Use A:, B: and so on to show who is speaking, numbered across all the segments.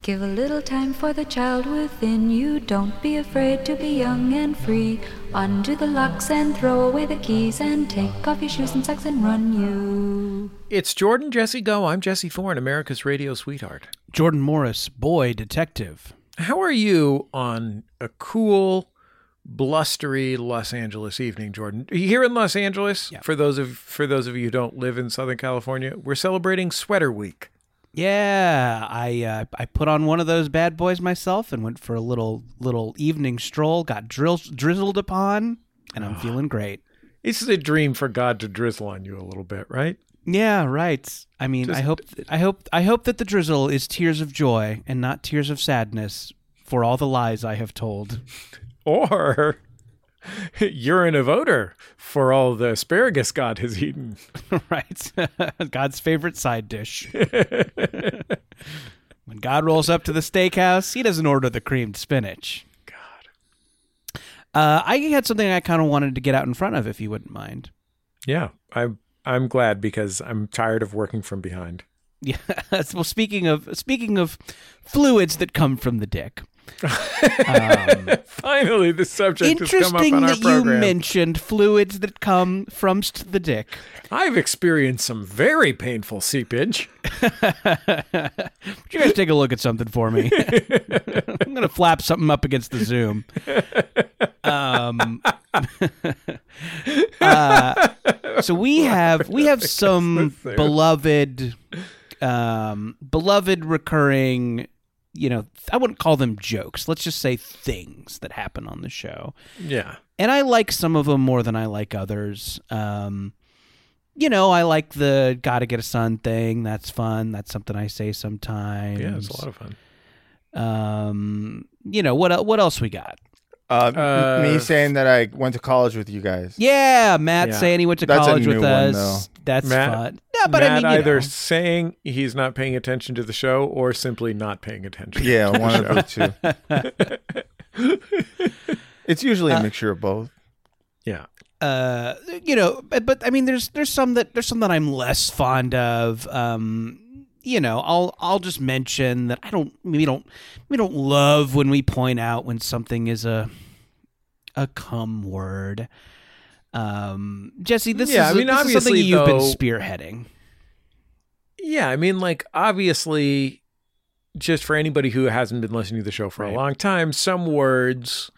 A: Give a little time for the child within you. Don't be afraid to be young and free. Undo the locks and throw away the keys and take off your shoes and socks and run you.
B: It's Jordan Jesse Go. I'm Jesse Thorne, America's radio sweetheart.
C: Jordan Morris, boy detective.
B: How are you on a cool, blustery Los Angeles evening, Jordan? Here in Los Angeles,
C: Yeah.
B: for those of for those of you who don't live in Southern California, we're celebrating Sweater Week.
C: Yeah, I uh, I put on one of those bad boys myself and went for a little little evening stroll. Got drill, drizzled upon, and I'm feeling great.
B: This is a dream for God to drizzle on you a little bit, right?
C: Yeah, right. I mean, I
B: Just-
C: hope I hope I hope that the drizzle is tears of joy and not tears of sadness for all the lies I have told.
B: Or urine of odor for all the asparagus God has eaten.
C: right, God's favorite side dish. when God rolls up to the steakhouse, he doesn't order the creamed spinach.
B: God.
C: Uh, I had something I kind of wanted to get out in front of, if you wouldn't mind.
B: Yeah, I'm I'm glad because I'm tired of working from behind.
C: Yeah. well, speaking of speaking of fluids that come from the dick,
B: Finally, the subject has come up
C: interesting
B: on our
C: that you
B: program.
C: mentioned fluids that come from st- the dick.
B: I've experienced some very painful seepage.
C: Would you guys take a look at something for me? I'm gonna flap something up against the Zoom. Um, uh, so we have we have some beloved, um, beloved recurring. You know, I wouldn't call them jokes. Let's just say things that happen on the show
B: Yeah.
C: and I like some of them more than I like others. Um, you know, I like the "Gotta Get a Son" thing. That's fun. That's something I say sometimes.
B: Yeah, it's a lot of fun.
C: Um, you know what? el- What else we got?
D: Uh,
B: Uh,
D: me saying that I went to college with you guys.
C: Yeah, Matt
B: Yeah.
C: saying he went to
D: That's a
C: college
D: new
C: with
D: one,
C: us. That's
B: Matt-
C: fun. No, but
B: Matt
C: I mean, you
B: either
C: know.
B: saying he's not paying attention to the show or simply not paying attention.
D: Yeah, one of the two. it's usually a mixture of both.
B: Yeah.
C: uh, you know, but, but I mean, there's there's some that there's some that I'm less fond of. Um, you know, I'll I'll just mention that I don't we don't we don't love when we point out when something is a a cum word. Um, Jesse, this
B: Yeah,
C: is
B: I mean,
C: this is something
B: obviously,
C: you've been
B: though-
C: spearheading.
B: Yeah, I mean, like, obviously, just for anybody who hasn't been listening to the show for
C: Right.
B: a long time, some words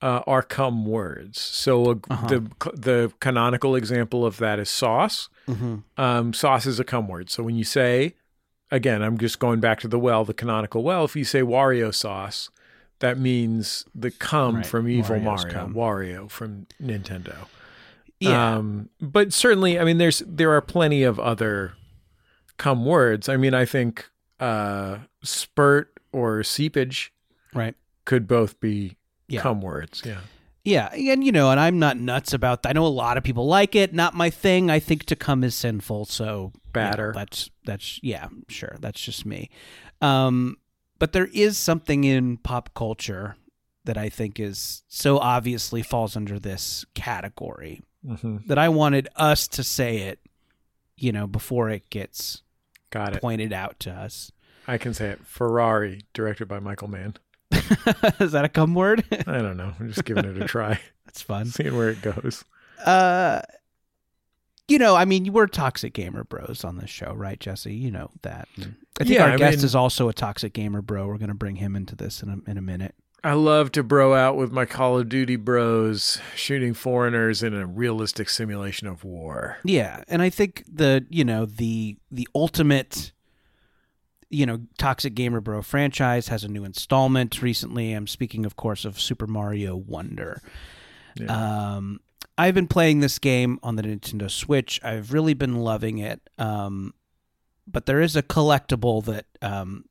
B: uh, are come words. So a,
C: Uh-huh.
B: the the canonical example of that is sauce.
C: Mm-hmm.
B: Um, sauce is a come word. So when you say, again, I'm just going back to the well, the canonical well. If you say Wario sauce, that means the come
C: Right.
B: from Evil
C: Wario's
B: Mario,
C: cum.
B: Wario from Nintendo.
C: Yeah,
B: Um, but certainly, I mean, there's there are plenty of other come words. I mean, I think uh, spurt or seepage
C: right.
B: could both be
C: Yeah.
B: come words. Yeah.
C: Yeah, and you know, and I'm not nuts about. I know a lot of people like it. Not my thing. I think to come is sinful. So you know,
B: Batter.
C: that's that's yeah, sure. That's just me. Um, but there is something in pop culture that I think is so obviously falls under this category
B: Mm-hmm.
C: that I wanted us to say it. You know, before it gets
B: Got it.
C: pointed out to us.
B: I can say it. Ferrari, directed by Michael Mann.
C: is that a cum word?
B: I don't know. I'm just giving it a try,
C: that's fun.
B: seeing where it goes.
C: Uh, you know, I mean, we're toxic gamer bros on this show, right, Jesse? You know that. I think
B: Yeah,
C: our
B: I
C: guest
B: mean-
C: is also a toxic gamer bro. We're going to bring him into this in a, in a minute.
B: I love to bro out with my Call of Duty bros, shooting foreigners in a realistic simulation of war.
C: Yeah, and I think the you know the the ultimate you know toxic gamer bro franchise has a new installment recently. I'm speaking, of course, of Super Mario Wonder.
B: Uh,
C: Um, I've been playing this game on the Nintendo Switch. I've really been loving it. Um, but there is a collectible that um,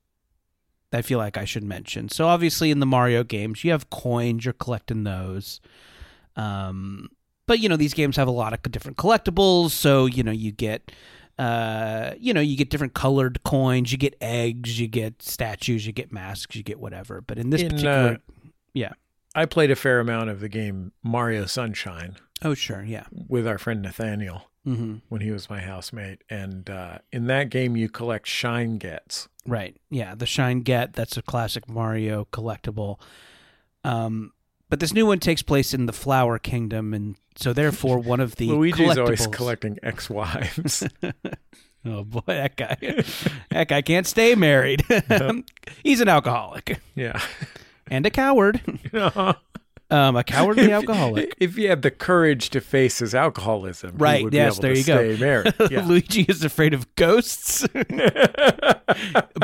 C: I feel like I should mention. So obviously, in the Mario games, you have coins. You're collecting those. Um, but you know these games have a lot of different collectibles. So you know you get. Uh, you know, you get different colored coins, you get eggs, you get statues, you get masks, you get whatever. But in this
B: In, uh,
C: particular, yeah.
B: I played a fair amount of the game Mario Sunshine
C: Oh, sure, yeah.
B: with our friend Nathaniel.
C: hmm
B: when he was my housemate. And uh, in that game, you collect shine gets.
C: Right. Yeah. The Shine Get. That's a classic Mario collectible. Um, but this new one takes place in the Flower Kingdom, and so therefore one of the
B: Luigi's always
C: collectibles-
B: collecting ex wives.
C: Oh boy, that guy. that guy can't stay married. He's an alcoholic
B: yeah.
C: and a coward. Um, a cowardly alcoholic.
B: If he had the courage to face his alcoholism,
C: Right,
B: He would Be
C: yes,
B: able
C: there
B: to
C: you go.
B: stay Married. Yeah.
C: Luigi is afraid of ghosts.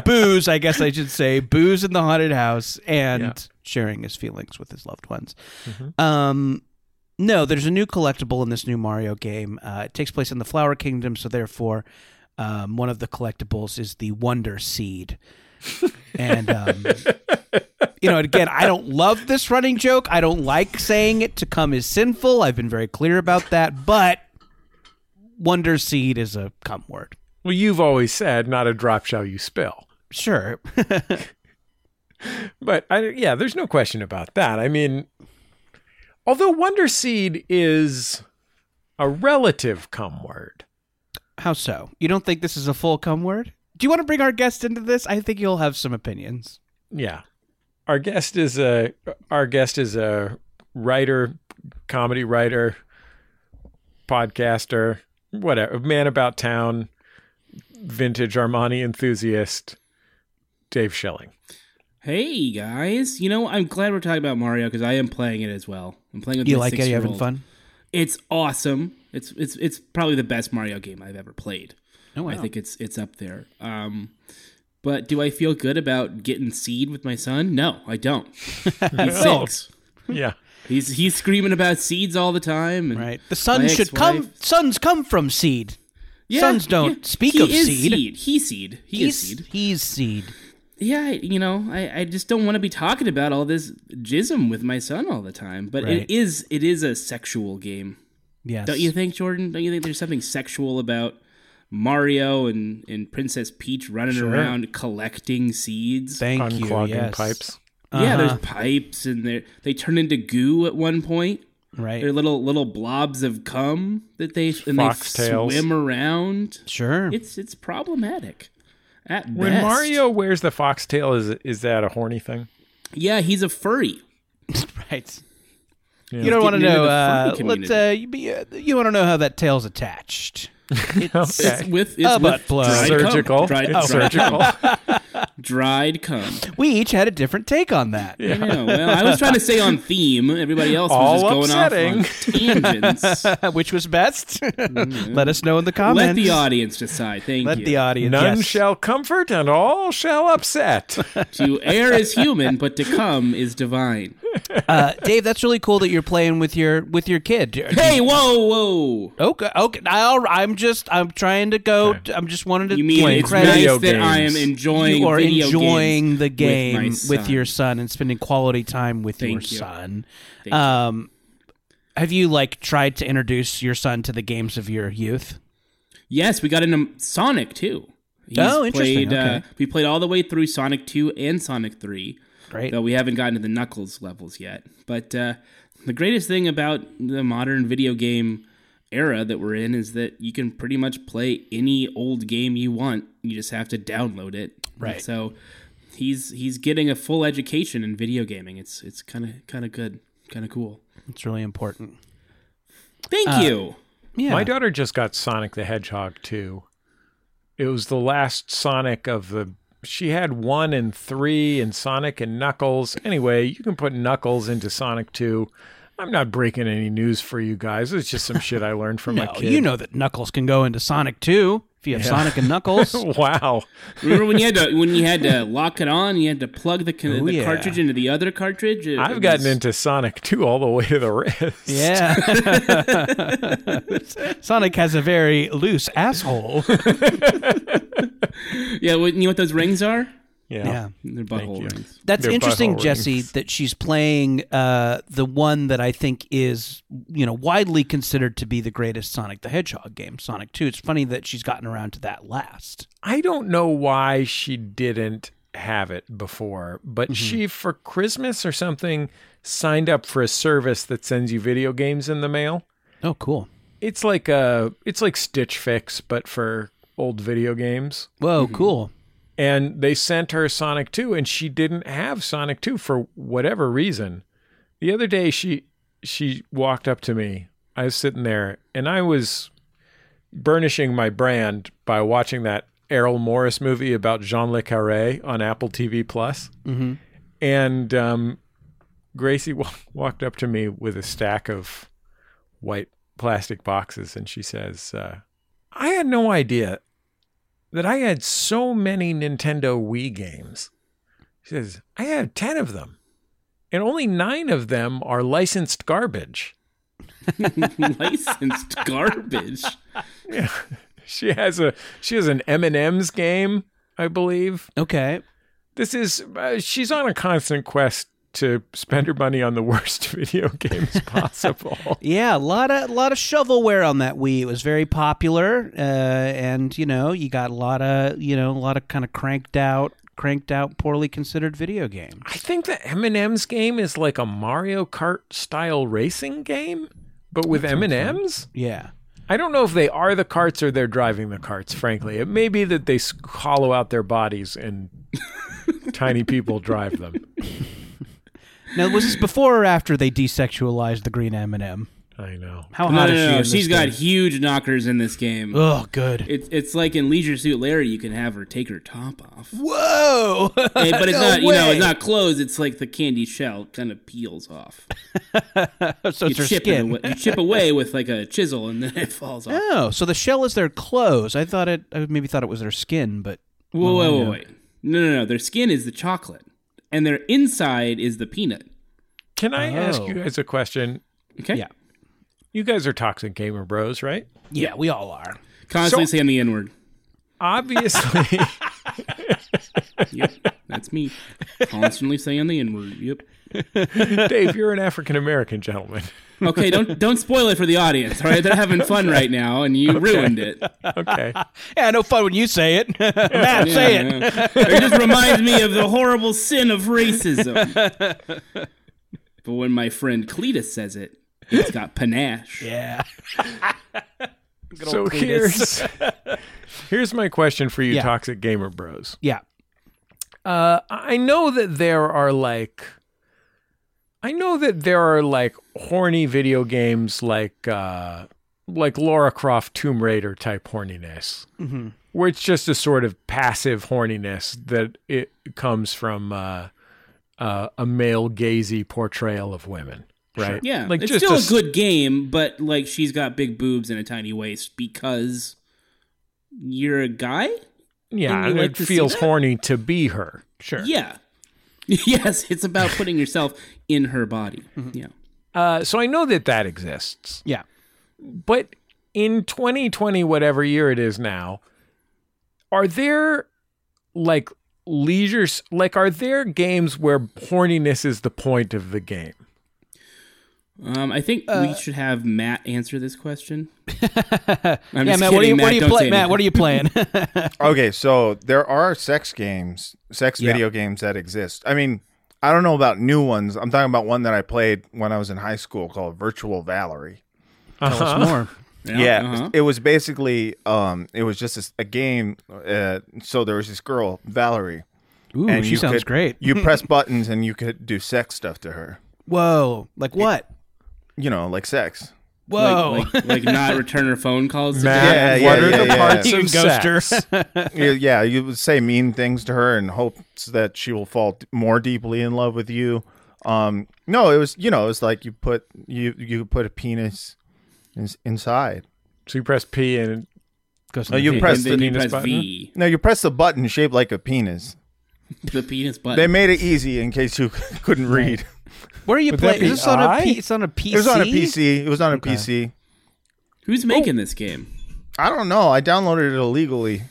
C: booze, I guess I should say, booze in the haunted house and
B: Yeah.
C: sharing his feelings with his loved ones. Um, no, there's a new collectible in this new Mario game. Uh, it takes place in the Flower Kingdom, so therefore, um, one of the collectibles is the Wonder Seed. and um, you know, and again, I don't love this running joke. I don't like saying it. To come is sinful. I've been very clear about that. But Wonder Seed is a cum word.
B: well, you've always said, not a drop shall you spill.
C: Sure.
B: But I, yeah, there's no question about that. I mean, although Wonder Seed is a relative cum word.
C: How so? You don't think this is a full cum word? Do you want to bring our guest into this? I think you'll have some opinions.
B: Yeah. Our guest is a our guest is a writer, comedy writer, podcaster, whatever, man about town, vintage Armani enthusiast, Dave Schilling.
E: Hey guys, you know I'm glad we're talking about Mario because I am playing it as well. I'm playing with
C: You
E: my
C: like it? You having
E: six-year-old.
C: fun?
E: It's awesome. It's it's it's probably the best Mario game I've ever played.
C: No,
E: I think it's it's up there. Um, but do I feel good about getting seed with my son? No, I don't. He's six.
B: Yeah.
E: He's he's screaming about seeds all the time. And
C: Right. The sun
E: my
C: should come.
E: ex-wife-
C: Sons come from seed. sons don't speak
E: he
C: of
E: is
C: seed.
E: He seed. He
C: He's
E: is seed.
C: He's seed.
E: yeah, I- you know, I, I just don't want to be talking about all this jism with my son all the time. But
C: Right.
E: it is it is a sexual game,
C: Yes.
E: don't you think, Jordan? Don't you think there's something sexual about Mario and and Princess Peach running
B: Sure.
E: around collecting seeds?
C: Thank
B: Unclogging
C: you. Yes.
B: pipes.
E: Yeah,
C: Uh-huh.
E: there's pipes and they they turn into goo at one point. They're
C: Right.
E: little little blobs of cum that they and
B: Foxtails.
E: they swim around.
C: Sure.
E: It's it's problematic. At
B: When
E: best.
B: Mario wears the foxtail, is is that a horny thing?
E: yeah, he's a furry.
C: right.
B: Yeah.
C: You don't want to
E: Getting
C: know.
E: into the
C: Uh,
E: furry
C: let's.
E: community.
C: Uh, you be, uh, you want to know how that tail's attached. It's,
B: Okay.
E: It's with it's
C: A
E: with
C: butt plug.
E: dried cum.
B: Surgical.
C: Oh,
E: dried,
B: It's
E: dried,
B: surgical.
E: dried cum.
C: We each had a different take on that.
E: I know. Well, I was trying to say on theme. Everybody else was
B: All
E: just going off on tangents.
C: Which was best? Let us know in the comments.
E: Mm-hmm. Let the audience decide. Thank
C: Let
E: you.
C: the audience.
B: None
C: yes.
B: shall comfort and all shall upset.
E: to err is human, but to come is divine.
C: Uh, Dave, that's really cool that you're playing with your with your kid.
E: Hey, whoa, whoa!
C: Okay, okay. I'll, I'm just, I'm trying to go. I'm just wanted to
E: You mean
C: give
E: it's
C: credit.
E: nice
B: Video
E: that I am
B: games.
E: enjoying
C: you are
E: video
C: enjoying
E: games
C: the game
E: with, my
C: with,
E: son.
C: your son and spending quality time with your
E: Thank you.
C: son.
E: Thank you.
C: Um, have you like tried to introduce your son to the games of your youth?
E: Yes, we got into Sonic too. He's
C: Oh, interesting.
E: Played,
C: Okay.
E: uh, we played all the way through Sonic Two and Sonic Three.
C: Great.
E: Though we haven't gotten to the Knuckles levels yet. But uh, the greatest thing about the modern video game era that we're in is that you can pretty much play any old game you want. You just have to download it.
C: Right.
E: So he's he's getting a full education in video gaming. It's it's kind of kind of good, kind of cool.
C: It's really important.
E: Thank
B: Uh,
E: you.
C: Yeah.
B: My daughter just got Sonic the Hedgehog 2. It was the last Sonic of the. She had one and three and Sonic and Knuckles. Anyway, you can put Knuckles into Sonic 2. I'm not breaking any news for you guys. It's just some shit I learned from my
C: no,
B: kid.
C: you know that Knuckles can go into Sonic 2 if you have Sonic and Knuckles.
B: Wow.
E: Remember when you had to when you had to lock it on, you had to plug the, con-
C: Oh,
E: the
C: yeah.
E: cartridge into the other cartridge. It-
B: I've
E: it
B: gotten
E: was-
B: into Sonic 2 all the way to the wrist.
C: Yeah. Sonic has a very loose asshole.
E: yeah. What, you know what those rings are?
B: Yeah.
E: They're
B: you.
E: butthole rings.
C: That's
B: They're
C: interesting,
B: butthole
C: Jesse,
B: rings.
C: that she's playing uh, the one that I think is, you know, widely considered to be the greatest Sonic the Hedgehog game, Sonic 2. It's funny that she's gotten around to that last.
B: I don't know why she didn't have it before, but she, for Christmas or something, signed up for a service that sends you video games in the mail.
C: Oh, cool.
B: It's like uh it's like Stitch Fix, but for old video games.
C: Whoa, cool.
B: and they sent her Sonic 2 and she didn't have Sonic 2 for whatever reason. The other day she she walked up to me. I was sitting there and I was burnishing my brand by watching that Errol Morris movie about Jean Le Carré on Apple TV Plus.
C: Mm-hmm.
B: And um, Gracie wa- walked up to me with a stack of white plastic boxes and she says, uh, I had no idea that I had so many Nintendo Wii games. She says, I have 10 of them, and only nine of them are licensed garbage.
E: Licensed garbage.
B: She has a she has an M&M's game, I believe.
C: Okay.
B: this is uh, she's on a constant quest to spend her money on the worst video games possible.
C: Yeah, a lot of lot of shovelware on that Wii. It was very popular, uh, and you know, you got a lot of you know a lot of kind of cranked out, cranked out, poorly considered video game.
B: I think the M&M's game is like a Mario Kart style racing game, but with M&M's?
C: Yeah,
B: I don't know if they are the carts or they're driving the carts, frankly. It may be that they s- hollow out their bodies and tiny people drive them.
C: Now, was this before or after they desexualized the green M and m
B: I know.
C: How
E: No,
C: hot
E: no,
C: is
E: no,
C: she?
E: no.
C: in
E: She's
C: this
E: got
C: thing?
E: huge knockers in this game.
C: Oh, good.
E: It's it's like in Leisure Suit Larry, you can have her take her top off,
C: Whoa!
E: Hey, but it's not you know it's not closed. It's like the candy shell kind of peels off.
C: not. Oh, so it's
E: you
C: her
E: chip it
C: skin.
E: away, you chip away with like a chisel, and then it falls off.
C: Oh, so the shell is their clothes. I thought it. I maybe thought it was their skin, but
E: Whoa, whoa, whoa, wait! No, no, no. Their skin is the chocolate, and their inside is the peanut.
B: Can I ask
C: Oh.
B: you guys a question?
E: Okay.
C: Yeah.
B: You guys are toxic gamer bros, right?
C: yeah, we all are.
E: Constantly
B: So-
E: saying the N word.
B: Obviously.
E: Yep. that's me. Constantly saying the N word. Yep.
B: Dave, you're an African American gentleman.
E: Okay. Don't don't spoil it for the audience. All right. They're having fun right now, and you ruined it.
B: Okay.
C: Yeah, no fun when you say it. Matt, say it.
E: Yeah, yeah. it just reminds me of the horrible sin of racism. but when my friend Cletus says it, it's got panache.
C: Yeah. old
B: so
C: Cletus.
B: here's here's my question for you
C: Yeah.
B: toxic gamer bros
C: Yeah.
B: uh, i know that there are like i know that there are like horny video games like uh like laura croft tomb raider type horniness
C: Mm-hmm.
B: where it's just a sort of passive horniness that it comes from uh, uh, a male gazy portrayal of women right
E: Yeah,
B: like
E: it's
B: just
E: still a,
B: s-
E: good game, but like she's got big boobs and a tiny waist because you're a guy.
B: yeah
E: and you
B: and
E: like
B: it
E: to see
B: feels
E: that?
B: horny to be her
C: Sure.
E: Yeah, yes, it's about putting yourself in her body. Yeah,
B: uh, so i know that that exists
C: Yeah.
B: but in 2020 whatever year it is now are there like leisure like are there games where horniness is the point of the game
E: um, I think
C: Uh,
E: we should have Matt answer this question. I'm
C: yeah,
E: just
C: Matt, what are you,
E: kidding,
C: what are you
E: don't
C: playing?
E: say
C: Matt, what are you playing?
D: Okay, so there are sex games, sex
C: Yeah.
D: video games that exist. I mean, I don't know about new ones. I'm talking about one that I played when I was in high school called Virtual Valerie.
C: Tell us more.
E: anything.
D: yeah,
E: uh-huh.
D: it was basically um, it was just a, a game. Uh, so there was this girl Valerie,
C: Ooh, she
D: you
C: sounds
D: could-
C: great.
D: You press buttons and you could do sex stuff to her.
C: Whoa. Like what?
D: You know, like sex.
C: Whoa.
E: Like, like, like not return her phone calls. to
B: Matt,
D: Yeah, yeah,
B: what are
D: yeah,
B: the
D: yeah.
B: parts
C: You
B: of
C: ghoster.
B: sex?
D: yeah, yeah, you would say mean things to her in hopes that she will fall d- more deeply in love with you. Um, no, it was you know it was like you put you you put a penis in, inside.
B: So you press P and
C: Goes
D: No,
C: in
D: you
C: Oh, the-
E: And
D: press
E: then
D: the
E: you
B: penis
E: press
B: button?
E: V,
D: no, you press the button shaped like a penis.
E: the penis button.
D: They made it easy in case you couldn't read.
C: Where are you
B: Would that
C: playing?
B: be
C: Is this on a
B: I?
C: P- it's on a PC?
D: It was on a PC. It was on a PC.
C: Oh.
E: Who's making this game?
D: I don't know. I downloaded it illegally.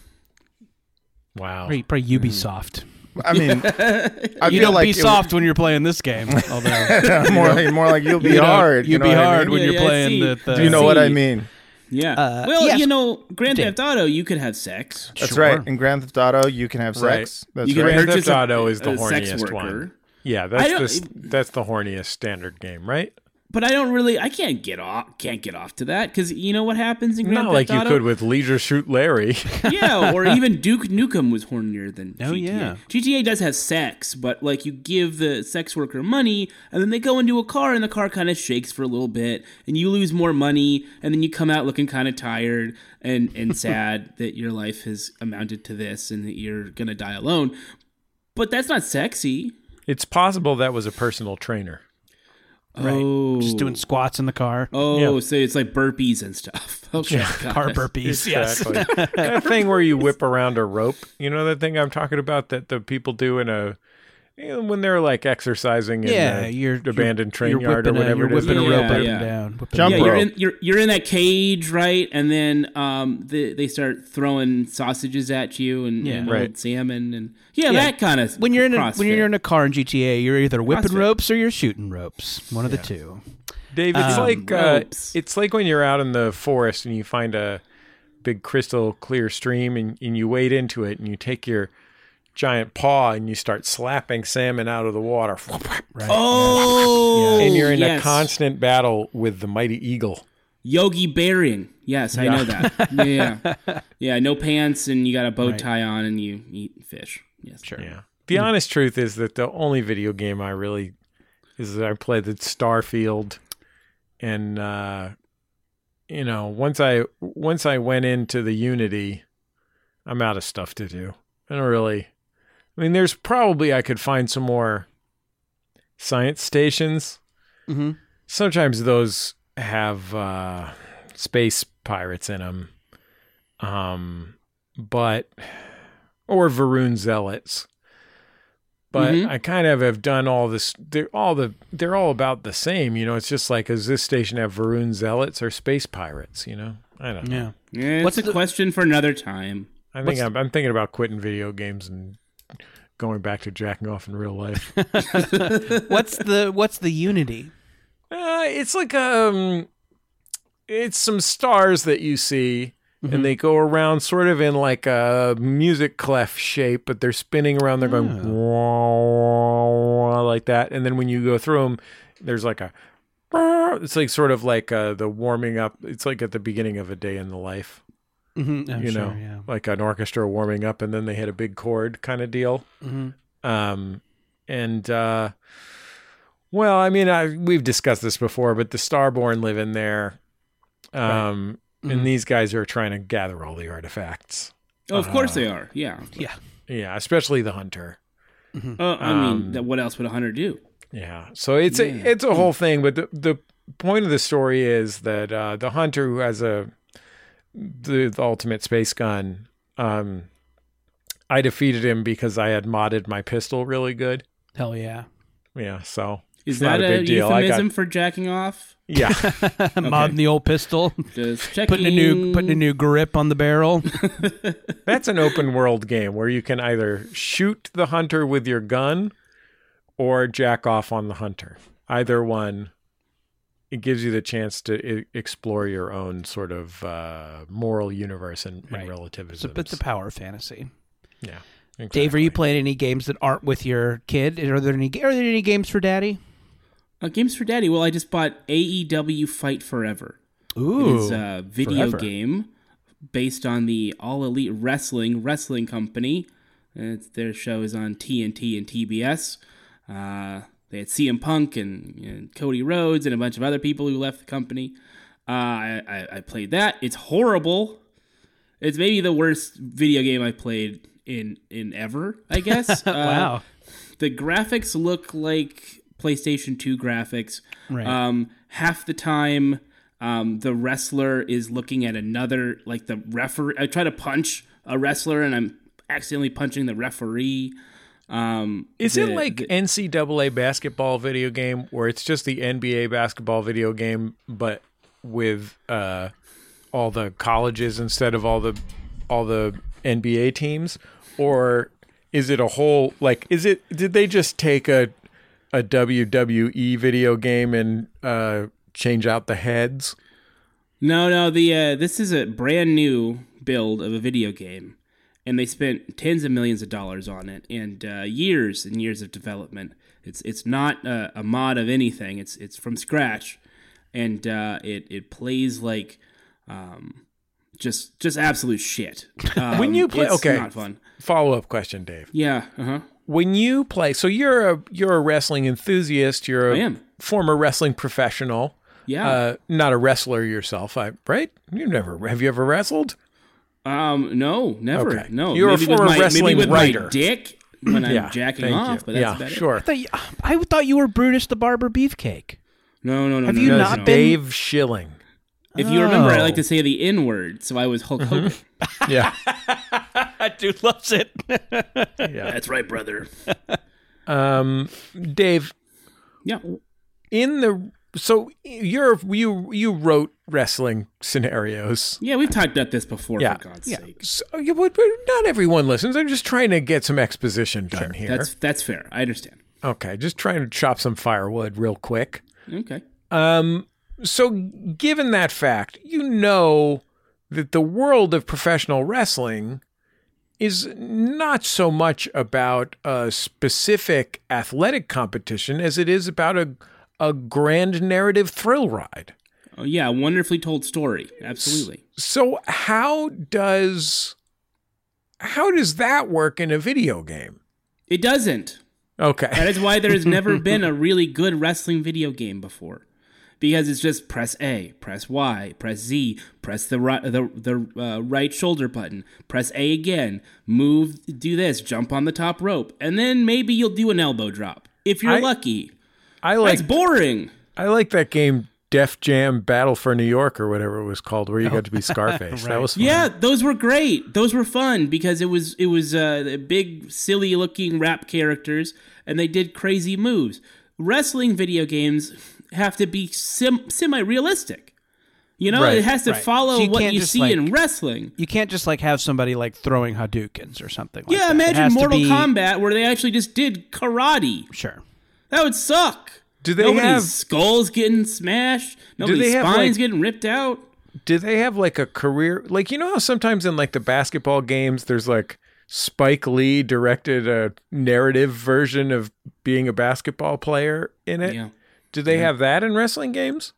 B: wow.
C: Probably, probably Ubisoft.
D: I mean, I
C: You
D: feel
C: don't
D: like
C: be
D: it would-
C: soft when you're playing this game. Although
D: more, like, more like you'll be
C: you
D: hard.
C: you,
D: know
C: be
D: what I
C: hard
D: mean?
C: when
E: Yeah,
C: you're
E: yeah, I
C: playing
E: see.
C: the. the
D: Do you know what I
E: See.
D: mean?
E: Yeah.
C: Uh,
E: well,
C: yes.
E: you know, Grand
C: Dave.
E: Theft Auto, you could have sex.
D: That's
C: Sure.
D: right. In Grand Theft Auto, you can have
B: Right.
D: sex. That's
E: you could
D: right.
B: Grand
E: purchase
B: Theft Auto is the
E: a sex
B: horniest
E: worker.
B: one. Yeah,
E: I
B: that's
E: don't-
B: the, s- that's the horniest standard game, right?
E: But I don't really, I can't get off, can't get off to that because you know what happens in Grand
B: Not like
E: Theft
B: you
E: Auto?
B: could with Leisure Shoot Larry.
E: yeah, or even Duke Nukem was hornier than
C: Oh,
E: GTA.
C: yeah.
E: GTA does have sex, but like you give the sex worker money, and then they go into a car, and the car kind of shakes for a little bit, and you lose more money, and then you come out looking kind of tired and and sad that your life has amounted to this, and that you're gonna die alone. But that's not sexy.
B: it's possible that was a personal trainer.
C: Right.
E: Oh.
C: Just doing squats in the car.
E: Oh,
B: Yeah.
E: so it's like burpees and stuff. Okay, got
C: car
E: it.
C: burpees. Yes.
B: Exactly. that thing where you whip around a rope. You know that thing I'm talking about that the people do in a you know, when they're like exercising in
C: Yeah,
B: a
C: you're
B: uh, abandoned train
C: you're
B: yard or
C: whipping a-
B: whatever
C: You're
B: it is.
C: whipping a
E: Yeah,
C: rope up
E: yeah.
C: and down. whipping
D: Jump
C: a
E: yeah,
C: rope.
E: you're
D: rope.
E: in you're you're in that cage, right? And then um, the, they start throwing sausages at you and,
C: Yeah.
E: and
B: Right.
E: old salmon and
C: Yeah.
E: yeah, that kind of
C: When you're in a, when you're in a car in GTA, you're either whipping
E: CrossFit.
C: ropes or you're shooting ropes. One of the two.
B: Dave, it's
C: Um,
B: like uh,
E: ropes.
B: it's like when you're out in the forest and you find a big crystal clear stream and, and you wade into it and you take your giant paw and you start slapping salmon out of the water.
C: Right.
E: oh,
B: And you're in
E: yes.
B: a constant battle with the mighty eagle.
E: Yogi Berrying. Yes, I know that. Yeah, yeah, yeah. No pants, and you got a bow tie on, and you eat fish. Yes,
C: Sure.
B: Yeah. The honest truth is that the only video game I really is that I played the Starfield, and uh, you know once I once I went into the Unity, I'm out of stuff to do. I don't really. I mean, there's probably I could find some more science stations.
C: Mhm.
B: Sometimes those have uh, space pirates in them, um, but or Varun zealots. But
E: Mhm.
B: I kind of have done all this. They're all the they're all about the same. You know, it's just like does this station have Varun zealots or space pirates? You know, I don't know.
C: Yeah.
E: Yeah,
C: What's
E: it's a
C: the-
E: question for another time.
B: I think I'm, I'm thinking about quitting video games and going back to jacking off in real life.
C: what's the what's the unity?
B: uh, it's like um, it's some stars that you see. And they go around sort of in like a music clef shape, but they're spinning around. They're going wah, wah, like that. And then when you go through them, there's like a. It's like sort of like uh, the warming up. It's like at the beginning of a day in the life.
C: Mm-hmm. Oh,
B: you
C: sure,
B: know,
C: yeah.
B: like an orchestra warming up, and then they hit a big chord kind of deal.
C: Mm-hmm.
B: Um, and uh, well, I mean, I we've discussed this before, but the Starborn live in there, um,
C: Mm-hmm.
B: and these guys are trying to gather all the artifacts.
E: Oh, of course they are. Yeah.
C: Yeah.
B: Yeah, especially the hunter.
C: Hmm.
E: Uh, I
B: Um,
E: mean, that, what else would a hunter do?
B: Yeah, so it's
E: Yeah.
B: a it's a whole thing, but the the point of the story is that uh, the hunter who has a the, the ultimate space gun. Um, I defeated him because I had modded my pistol really good.
C: Hell yeah.
B: Yeah, so
E: Is
B: it's not
E: that
B: a big deal. I
E: euphemism
B: got
E: for jacking off?
B: yeah,
C: Modding the old pistol.
E: Just checking.
C: Putting a new putting a new grip on the barrel.
B: that's an open world game where you can either shoot the hunter with your gun or jack off on the hunter. Either one, it gives you the chance to I- explore your own sort of uh, moral universe and, and
C: Right. It's a,
B: relativism.
C: it's a power fantasy.
B: yeah,
C: Dave, are
B: exactly.
C: you playing any games that aren't with your kid? Are there any Are there any games for daddy?
E: Uh, games for Daddy. Well, I just bought AEW Fight Forever.
C: Ooh,
E: it is a video
B: forever.
E: game based on the All Elite Wrestling Wrestling Company. And it's, their show is on TNT and TBS. Uh, they had CM Punk and, and Cody Rhodes and a bunch of other people who left the company. Uh, I, I, I played that. It's horrible. It's maybe the worst video game I played in in ever. I guess. Uh,
C: wow.
E: the graphics look like PlayStation 2 graphics.
C: Right.
E: Um, half the time, um, the wrestler is looking at another, like the referee. I try to punch a wrestler and I'm accidentally punching the referee. Um,
B: Is
E: the-
B: it like
E: the-
B: NCAA basketball video game where it's just the NBA basketball video game, but with uh, all the colleges instead of all the all the NBA teams, or is it a whole like? Is it did they just take a a WWE video game and uh, change out the heads?
E: no, no. The uh, this is a brand new build of a video game, and they spent tens of millions of dollars on it and uh, years and years of development. It's it's not a, a mod of anything. It's it's from scratch, and uh, it it plays like um, just just absolute shit. Um,
B: When you play-
E: it's
B: okay.
E: not fun.
B: Follow up question, Dave.
E: Yeah, uh huh.
B: When you play, so you're a you're a wrestling enthusiast. You're a
E: I am.
B: former wrestling professional.
E: Yeah.
B: Uh, not a wrestler yourself, I, right? You never have you ever wrestled?
E: Um, no, never.
B: Okay.
E: No,
B: You're a
E: maybe with
B: former
E: my, maybe
B: wrestling
E: with
B: writer.
E: My dick when I'm jacking
B: thank
E: off,
B: you.
E: but that's
B: yeah,
E: about it.
B: sure.
C: I thought, you, I thought you were Brutus the Barber Beefcake.
E: No, no, no.
C: Have
E: no,
C: you
E: no,
B: No,
E: no,
B: it's
C: not
E: no.
C: been-
B: Dave Schilling.
E: If you remember, I
C: Oh.
E: like to say the N word, so I was Hulk
B: Mm-hmm.
E: Hogan.
B: Yeah,
C: Dude loves it.
B: yeah.
E: That's right, brother.
B: Um, Dave,
E: Yeah.
B: in the so you're you you wrote wrestling scenarios.
E: Yeah, we've talked about this before,
B: Yeah.
E: for God's sake.
B: So you would, but not everyone listens. I'm just trying to get some exposition done here.
E: That's that's fair. I understand.
B: okay, just trying to chop some firewood real quick.
E: Okay.
B: Um, so given that fact, you know that the world of professional wrestling is not so much about a specific athletic competition as it is about a a grand narrative thrill ride.
E: Oh yeah, wonderfully told story. Absolutely.
B: So how does how does that work in a video game?
E: It doesn't. That
B: Okay.
E: is why there has never been a really good wrestling video game before. Because it's just press A, press Y, press Z, press the right, the, the uh, right shoulder button, press A again, move, do this, jump on the top rope, and then maybe you'll do an elbow drop if you're
B: I-
E: lucky.
B: I like
E: That's boring.
B: I like that game Def Jam Battle for New York or whatever it was called
E: Oh.
B: where you got to be Scarface. That was fun.
E: Yeah, those were great. Those were fun because it was it was uh, big, silly looking rap characters, and they did crazy moves. Wrestling video games have to be sim- semi realistic. You know,
B: Right,
E: it has to
B: right.
E: follow
C: So you
E: what
C: can't
E: you
C: just,
E: see
C: like-
E: in wrestling.
C: You can't just like have somebody like throwing Hadoukens or something. Like
E: Yeah,
C: that. It has
E: imagine
C: to
E: Mortal
C: be-
E: Kombat where they actually just did karate.
C: Sure.
E: That would suck.
B: Do they
E: Nobody's
B: have-
E: skulls getting smashed. Nobody's
B: they have,
E: spines
B: like-
E: getting ripped out.
B: do they have like a career like you know how sometimes in like the basketball games there's like Spike Lee directed a narrative version of being a basketball player in it.
E: Yeah.
B: Do they have that in wrestling games?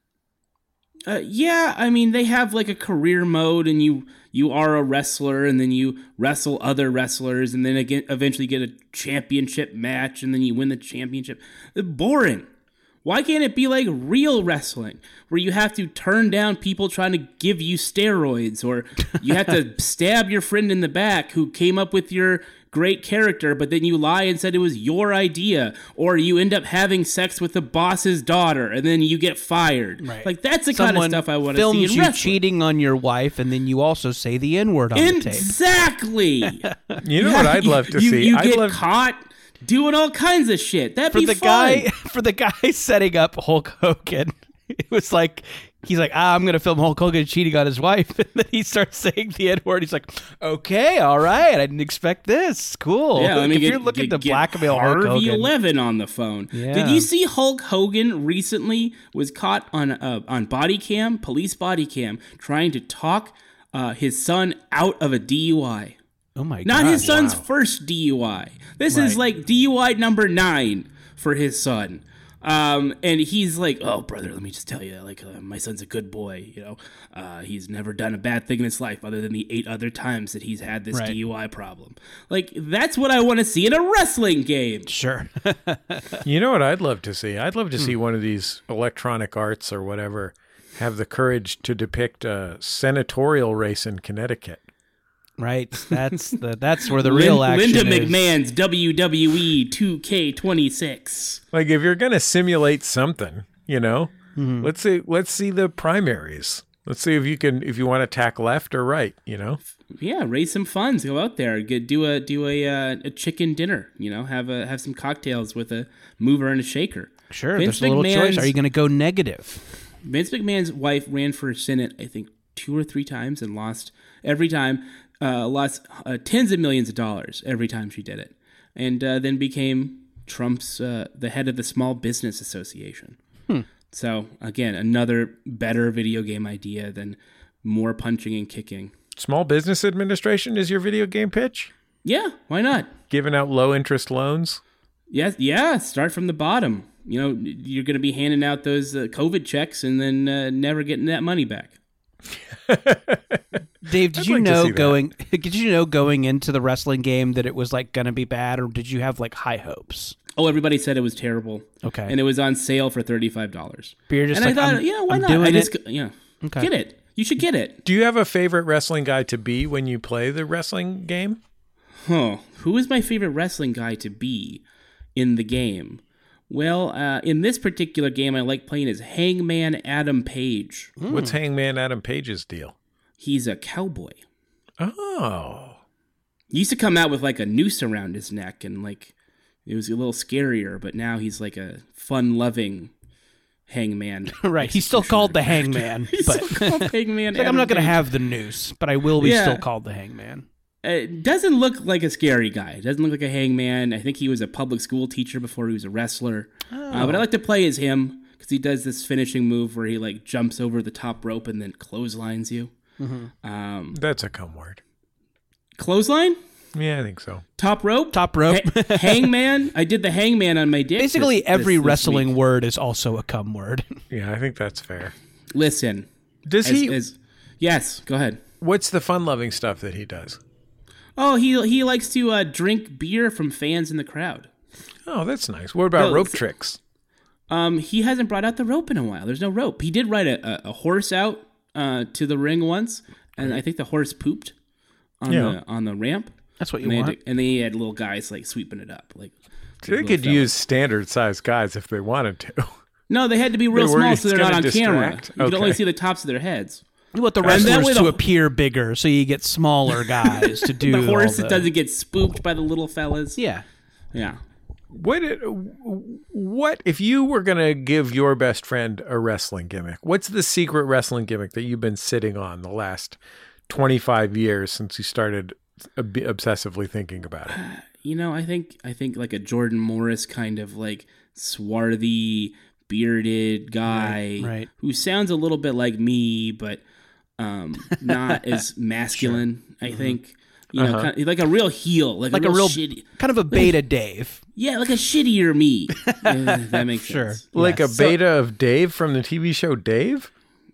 E: Uh, yeah, I mean they have like a career mode, and you you are a wrestler, and then you wrestle other wrestlers, and then again eventually get a championship match, and then you win the championship. Uh, Boring. Why can't it be like real wrestling, where you have to turn down people trying to give you steroids, or you have to stab your friend in the back who came up with your great character, but then you lie and said it was your idea, or you end up having sex with the boss's daughter, and then you get fired.
C: Right.
E: Like that's the
C: Someone
E: kind of stuff I want to
C: films
E: see in
C: you
E: wrestling.
C: cheating on your wife, and then you also say the N word on the tape.
E: Exactly.
B: You know what I'd love to
E: you,
B: see.
E: You
B: I'd
E: get
B: love
E: caught doing all kinds of shit. That'd
C: for
E: be
C: the
E: fun.
C: guy for the guy setting up Hulk Hogan. It was like he's like, ah, I'm gonna film Hulk Hogan cheating on his wife, and then he starts saying the N word. He's like, okay, all right, I didn't expect this. Cool.
E: Yeah, I
C: Like,
E: mean,
C: if
E: get,
C: you're looking
E: get,
C: to
E: get
C: blackmail
E: Harvey
C: Hulk Hogan,
E: Eleven on the phone. Did
C: Yeah.
E: you see Hulk Hogan recently was caught on uh, on body cam, police body cam, trying to talk uh, his son out of a DUI.
C: oh my
E: Not
C: god,
E: his son's
C: wow.
E: first DUI. This is like DUI number nine for his son. Um, and he's like, "Oh, brother, let me just tell you, like, uh, my son's a good boy. You know, uh, he's never done a bad thing in his life, other than the eight other times that he's had this
C: Right.
E: DUI problem. Like, that's what I want to see in a wrestling game.
C: Sure.
B: You know what I'd love to see? I'd love to see
E: Hmm.
B: one of these electronic arts or whatever have the courage to depict a senatorial race in Connecticut.
C: right. That's the that's where the real
E: Lin-
C: action
E: Linda
C: is.
E: McMahon's E WWE 2K26.
B: Like if you're going to simulate something, you know, let's see let's see the primaries. Let's see if you can if you want to tack left or right, you know.
E: Yeah, raise some funds. Go out there, get, do a do a uh, a chicken dinner. You know, have a have some cocktails with a mover and a shaker.
C: Sure,
E: Vince
C: there's a little
E: McMahon's-
C: choice. Are you going to go negative?
E: Vince McMahon's wife ran for Senate, I think, two or three times and lost every time, uh, lost uh, tens of millions of dollars every time she did it, and uh, then became Trump's uh, the head of the Small Business Association.
C: Hmm.
E: So again, another better video game idea than more punching and kicking.
B: Small Business Administration is your video game pitch?
E: Yeah, why not?
B: Giving out low interest loans?
E: Yeah, yeah. Start from the bottom. You know, you're going to be handing out those uh, COVID checks and then uh, never getting that money back.
C: Dave, did
B: I'd
C: you
B: like to see
C: know
B: that.
C: going? Did you know going into the wrestling game that it was like going to be bad, or did you have like high hopes?
E: Oh, everybody said it was terrible.
C: Okay.
E: and it was on sale for thirty five dollars.
C: But you're just
E: and
C: like,
E: I thought,
C: I'm-
E: yeah, why
C: I'm
E: not?
C: doing
E: I just,
C: it.
E: yeah,
C: Okay.
E: get it. You should get it.
B: Do you have a favorite wrestling guy to be when you play the wrestling game?
E: Huh. Who is my favorite wrestling guy to be in the game? Well, uh, in this particular game, I like playing as Hangman Adam Page.
B: What's Hangman Adam Page's deal?
E: He's a cowboy.
B: Oh.
E: He used to come out with like a noose around his neck and like it was a little scarier, but now he's like a fun loving hangman.
C: right. He's still called the Hangman,
E: He's
C: but
E: so called hangman.
C: It's like, I'm
E: Adam
C: not going to
E: Page.
C: have the noose, but I will be
E: Yeah.
C: still called the Hangman.
E: It Uh, doesn't look like a scary guy. It doesn't look like a hangman. I think he was a public school teacher before he was a wrestler. Uh,
C: Oh.
E: but I like to play as him because he does this finishing move where he like jumps over the top rope and then clotheslines you. Um,
B: That's a cum word.
E: clothesline,
B: Yeah, I think so.
E: top rope,
C: Top rope.
E: Ha- hangman. I did the hangman on my dick. this-
C: Basically,
E: this-
C: every
E: this
C: wrestling
E: week.
C: word is also a cum word.
B: Yeah, I think that's fair.
E: Listen,
B: Does
E: as,
B: he
E: as- yes, go ahead.
B: what's the fun loving stuff that he does?
E: Oh, he he likes to uh, drink beer from fans in the crowd.
B: Oh, that's nice. What about
E: No,
B: rope
E: it's-
B: tricks?
E: Um, he hasn't brought out the rope in a while. There's no rope. He did ride a, a, a horse out uh, to the ring once, and I think the horse pooped on
B: Yeah.
E: the on the ramp.
C: That's what you
E: and they, had
C: want.
E: to- and they had little guys like sweeping it up. Like
B: They
E: little
B: could
E: fella.
B: use standard sized guys if they wanted to.
E: no, they had to be real
B: They were-
E: small
B: it's
E: so they're not
B: gonna
E: on camera.
B: distract?
E: You could only
B: Okay.
E: see the tops of their heads.
C: You want the
E: that
C: wrestlers
E: way
C: to
E: the-
C: appear bigger, so you get smaller guys to do
E: The horse
C: all
E: that doesn't get spooked by the little fellas.
C: Yeah,
E: yeah.
B: What it- what if you were going to give your best friend a wrestling gimmick? What's the secret wrestling gimmick that you've been sitting on the last 25 years since you started ob- obsessively thinking about it?
E: You know, I think I think like a Jordan Morris kind of like swarthy, bearded guy
C: Right, right.
E: who sounds a little bit like me, but um, not as masculine. I think you know, kind of, like a real heel, like,
C: Uh-huh. like
E: a real, shitty,
C: real kind of a beta Dave.
E: yeah, like a shittier me. Yeah, that makes
C: Sure.
E: sense.
B: Like
C: Yeah,
B: a beta of Dave from the TV show Dave?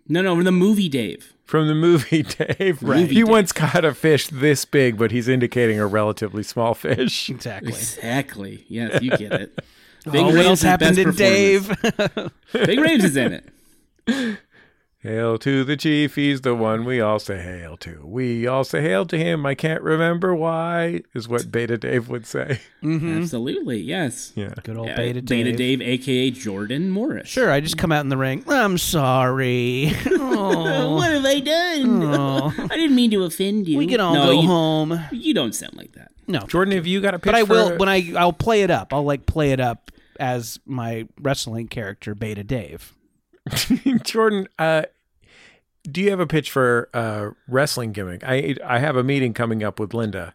E: No, no, the movie Dave.
B: From the movie Dave, right?
E: Movie
B: he
E: Dave.
B: once caught a fish this big, but he's indicating a relatively small fish.
C: Exactly.
E: Exactly. Yes, you get it. Big
C: Oh, what
E: Raves'
C: else happened
E: best
C: in Dave?
E: performance. Big Raves is in it.
B: Hail to the chief, he's the one we all say hail to. We all say hail to him, I can't remember why, is what Beta Dave would say.
E: Absolutely. Yes.
B: Yeah.
C: Good old
E: Yeah,
C: Mm-hmm. beta, Dave.
E: Dave, aka Jordan Morris.
C: Sure, I just come out in the ring. I'm sorry.
E: Oh,
C: Oh,
E: what have I done?
C: Aw.
E: I didn't mean to offend you.
C: we can all
E: No,
C: go
E: you,
C: home.
E: You don't sound like that.
C: No,
B: Jordan, have you got a pitch?
C: but I
B: for-
C: will when I I'll play it up. I'll like play it up as my wrestling character, Beta Dave.
B: Jordan, uh, do you have a pitch for uh, wrestling gimmick? I I have a meeting coming up with Linda.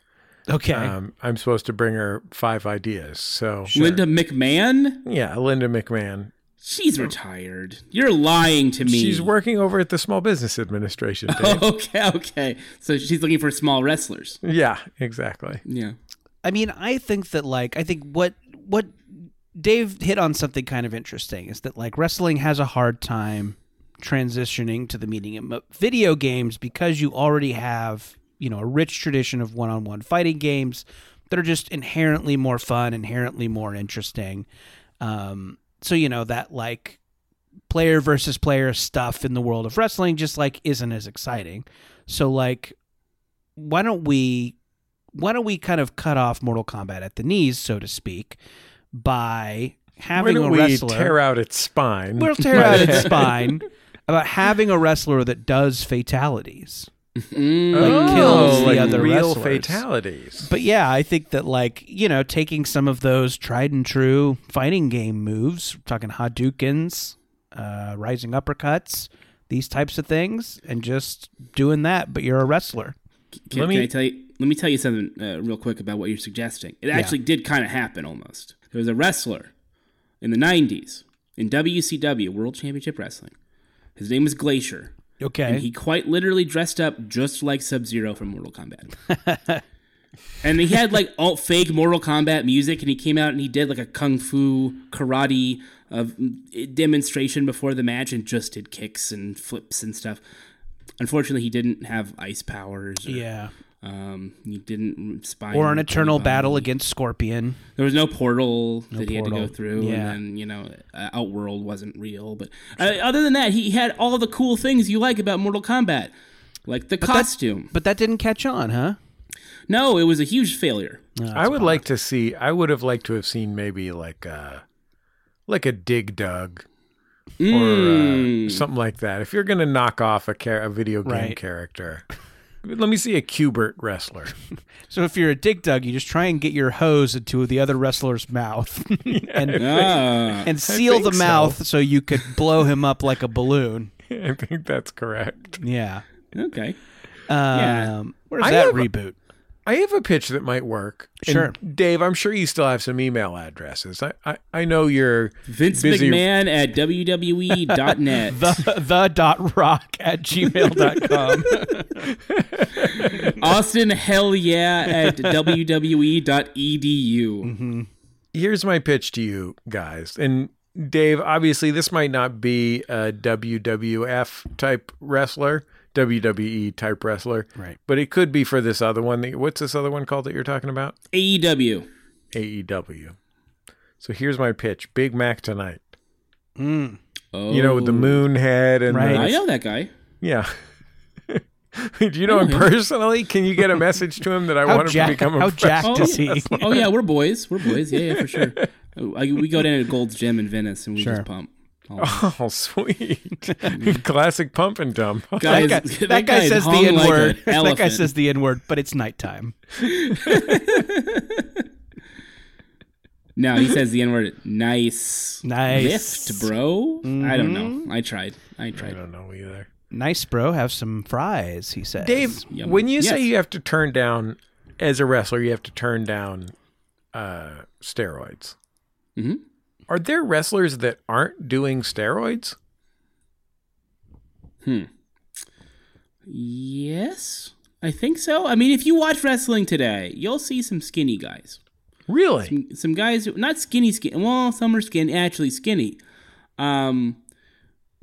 C: Okay.
B: Um, I'm supposed to bring her five ideas. So
E: Linda McMahon?
B: yeah, Linda McMahon.
E: She's retired. You're lying to me.
B: She's working over at the Small Business Administration. Dave.
E: Okay, okay. So she's looking for small wrestlers.
B: Yeah, exactly.
E: Yeah.
C: I mean, I think that like I think what what Dave hit on something kind of interesting is that like wrestling has a hard time transitioning to the medium of video games because you already have, you know, a rich tradition of one-on-one fighting games that are just inherently more fun, inherently more interesting. Um so you know that like player versus player stuff in the world of wrestling just like isn't as exciting. So like why don't we why don't we kind of cut off Mortal Kombat at the knees, so to speak, by having
B: Why
C: a
B: don't we
C: wrestler
B: tear out its spine?
C: We'll tear out its spine about having a wrestler that does fatalities.
E: Mm.
C: Like, kills the
B: Oh, like
C: other
B: real
C: wrestlers.
B: fatalities.
C: But yeah, I think that like, you know, taking some of those tried and true fighting game moves, talking Hadoukens, uh, rising uppercuts, these types of things, and just doing that, but you're a wrestler.
E: Can,
B: Let me-
E: can I tell you? Let me tell you something uh, real quick about what you're suggesting. It actually did kind of happen almost. There was a wrestler in the '90s in WCW World Championship Wrestling. His name was Glacier.
C: Okay.
E: and he quite literally dressed up just like Sub Zero from Mortal Kombat. and he had like all fake Mortal Kombat music, and he came out and he did like a kung fu karate of mm, demonstration before the match, and just did kicks and flips and stuff. Unfortunately, he didn't have ice powers. Or,
C: yeah.
E: Um, he didn't spy
C: Or an eternal battle against Scorpion.
E: There was no portal that he had to
C: portal.
E: go through,
C: Yeah.
E: and then you know, uh, Outworld wasn't real. But uh, other than that, he had all the cool things you like about Mortal Kombat, like the
C: that-
E: costume.
C: But that didn't catch on, huh?
E: No, it was a huge failure.
B: I would like to see. I would have liked to have seen maybe like a like a dig dug or uh,
E: Mm.
B: something like that. If you're gonna knock off a, char- a video game
C: Right.
B: character, let me see a Cubert wrestler.
C: So if you're a dick dug, you just try and get your hose into the other wrestler's mouth and
E: Ah,
C: and seal the
B: think so.
C: mouth so. you could blow him up like a balloon.
B: I think that's correct.
C: Yeah.
E: Ah, okay.
C: Um,
E: Yeah.
C: Where's
B: I
C: that
B: have-
C: reboot?
B: I have a pitch that might work. And
C: Sure.
B: Dave. I'm sure you still have some email addresses. I I, I know you're
E: Vince
B: busy.
E: McMahon at E WWE.net.
C: The, the dot rock at gmail.com.
E: Austin Hell Yeah at E
C: Mm-hmm.
E: WWE.edu.
B: here's my pitch to you guys. And Dave, obviously, this might not be a WWF type wrestler, WWE type wrestler,
C: Right.
B: But it could be for this other one. That, what's this other one called that you're talking about?
E: E AEW.
B: AEW. So here's my pitch: Big Mac tonight.
E: Oh,
B: You know, with the moon head and the-
C: Right.
E: I know that guy.
B: yeah. Do you know him personally? Can you get a message to him that I
C: How,
B: want him to
C: jack,
B: become a
C: how
B: wrestler?
C: jacked is
E: yeah.
C: he?
E: oh yeah, we're boys. We're boys. Yeah, yeah, for sure. Uh, I, we go down to Gold's Gym in Venice and we
C: Sure.
E: just pump. Oh,
B: Oh, sweet! Classic pump and dump.
E: guys,
C: that guy, that guy
E: is
C: says the
E: hung
C: N
E: like
C: word.
E: an
C: that guy
E: elephant.
C: says the N word, but it's nighttime.
E: no. He says the N word. Nice, Mm-hmm.
C: Nice.
E: lift, bro. I don't know. I tried. I
B: I
E: tried.
B: don't know either.
C: Nice, bro. Have some fries, he says.
B: Dave,
E: Yum.
B: when you say
E: Yes.
B: you have to turn down as a wrestler, you have to turn down uh, steroids.
E: Mhm.
B: Are there wrestlers that aren't doing steroids?
E: Yes, I think so. I mean, if you watch wrestling today, you'll see some skinny guys.
B: Really?
E: some guys who- not skinny skin well some are skin actually skinny um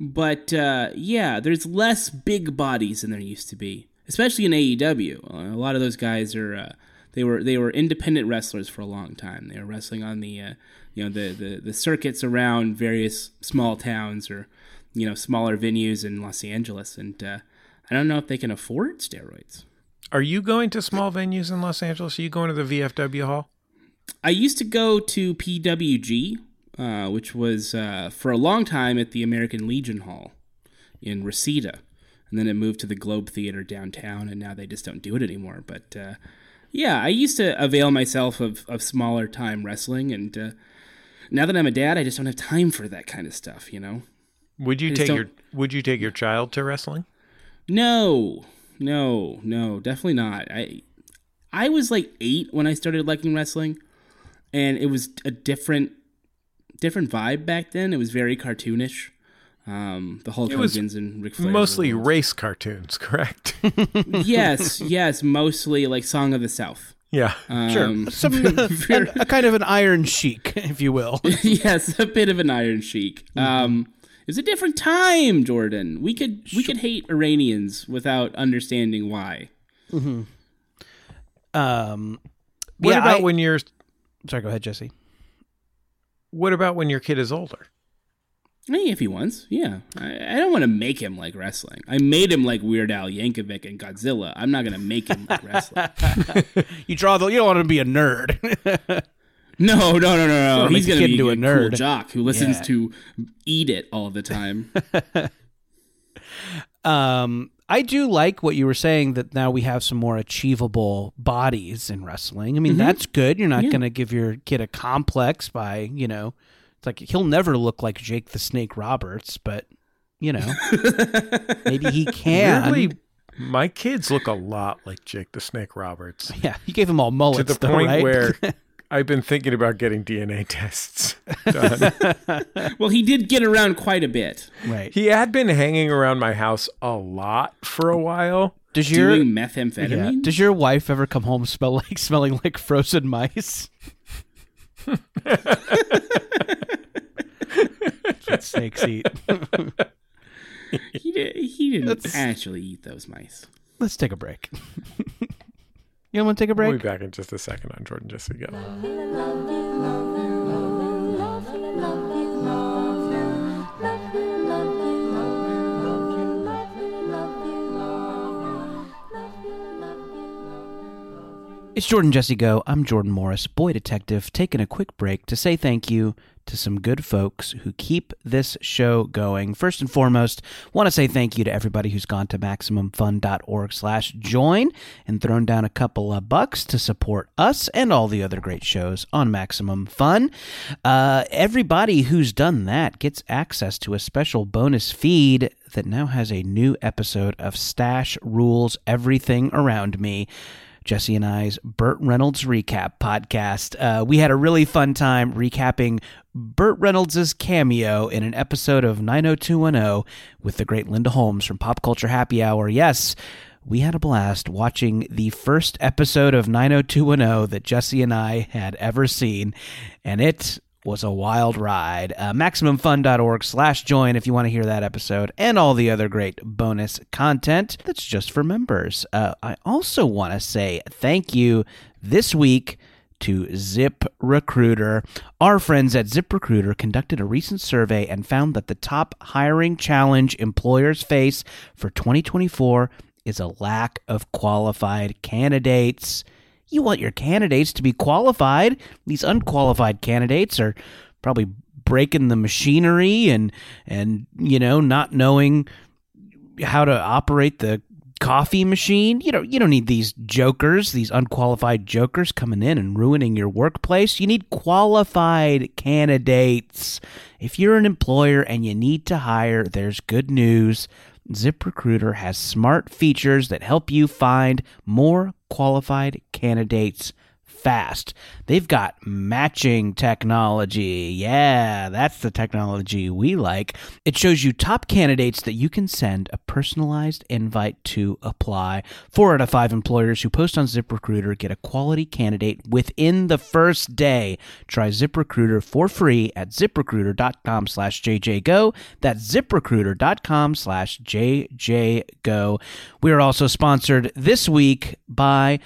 E: but uh yeah there's less big bodies than there used to be especially in AEW Uh, a lot of those guys are uh, they were they were independent wrestlers for a long time they were wrestling on the uh, you know the, the the circuits around various small towns or you know smaller venues in Los Angeles and uh I don't know if they can afford steroids.
B: Are you going to small venues in Los Angeles? Are you going to the VFW hall?
E: I used to go to PWG, uh, which was uh, for a long time at the American Legion Hall in Reseda, and then it moved to the Globe Theater downtown, and now they just don't do it anymore. But uh, yeah, I used to avail myself of, of smaller time wrestling, and uh, now that I'm a dad, I just don't have time for that kind of stuff, you know.
B: Would you
E: just
B: take
E: don't-
B: your Would you take your child to wrestling?
E: No, no, no, definitely not. I I was like eight when I started liking wrestling, and it was a different different vibe back then. It was very cartoonish. Um, the Hulk
B: It was
E: Hogan's and Ric Flair's of the
B: Mostly
E: world.
B: race cartoons, correct?
E: yes, yes, mostly like Song of the South.
B: yeah.
E: Um,
C: sure. Some, uh, an- a kind of an iron chic, if you will.
E: yes, a bit of an Iron Sheik.
C: Mm-hmm.
E: Um, it was a different time, Jordan. We could we could hate Iranians without understanding why.
C: Um,
B: What
C: yeah,
B: about
C: I-
B: when you're
C: Sorry, go ahead, Jesse.
B: What about when your kid is older?
E: Hey, Eh, if he wants, yeah. I, I don't want to make him like wrestling. I made him like Weird Al Yankovic and Godzilla. I'm not gonna make him like wrestling.
C: You draw the. You don't want to be a nerd.
E: No, no, no, no, no.
C: Sure,
E: He's
C: make the
E: gonna be
C: kid
E: a,
C: into a nerd.
E: cool jock who listens
C: Yeah.
E: to Eat It all the time.
C: um, I do like what you were saying that now we have some more achievable bodies in wrestling. I mean,
B: Mm-hmm.
C: that's good. You're not going to give your kid a complex by you know, it's like he'll never look like Jake the Snake Roberts, but you know, maybe he can.
B: Weirdly, my kids look a lot like Jake the Snake Roberts.
C: Yeah, you gave him all
B: to
C: mullets
B: the
C: though,
B: point
C: right?
B: where I've been thinking about getting DNA tests.
E: Well, he did get around quite a bit.
C: Right.
B: he had been hanging around my house a lot for a while.
C: Does your
E: Doing
C: yeah.
E: methamphetamine?
C: Does your wife ever come home smell like smelling like frozen mice? That's what snakes eat.
E: he, did, he didn't actually eat those mice.
C: Let's take a break. you want to take a
B: We'll be back
C: break?
B: in just a second on Jordan Jesse Go.
C: It's Jordan Jesse Go. I'm Jordan Morris, boy detective, taking a quick break to say thank you to some good folks who keep this show going. First and foremost, want to say thank you to everybody who's gone to MaximumFun.org slash join and thrown down a couple of bucks to support us and all the other great shows on Maximum Fun. Uh, everybody who's done that gets access to a special bonus feed that now has a new episode of Stash Rules Everything Around Me. Jesse and I's Burt Reynolds recap podcast. Uh, we had a really fun time recapping Burt Reynolds' cameo in an episode of 90210 with the great Linda Holmes from Pop Culture Happy Hour. Yes, we had a blast watching the first episode of 90210 that Jesse and I had ever seen, and it was a wild ride. Uh, MaximumFun.org slash join if you want to hear that episode and all the other great bonus content that's just for members. Uh, I also want to say thank you this week to Zip Recruiter. Our friends at Zip Recruiter conducted a recent survey and found that the top hiring challenge employers face for 2024 is a lack of qualified candidates. You want your candidates to be qualified. These unqualified candidates are probably breaking the machinery and and you know not knowing how to operate the coffee machine. You don't you don't need these jokers, these unqualified jokers coming in and ruining your workplace. You need qualified candidates. If you're an employer and you need to hire, there's good news. ZipRecruiter has smart features that help you find more qualified candidates fast. They've got matching technology. Yeah, that's the technology we like. It shows you top candidates that you can send a personalized invite to apply. Four out of five employers who post on ZipRecruiter get a quality candidate within the first day. Try ZipRecruiter for free at ziprecruiter.com slash jjgo. That's ziprecruiter.com slash jjgo. We are also sponsored this week by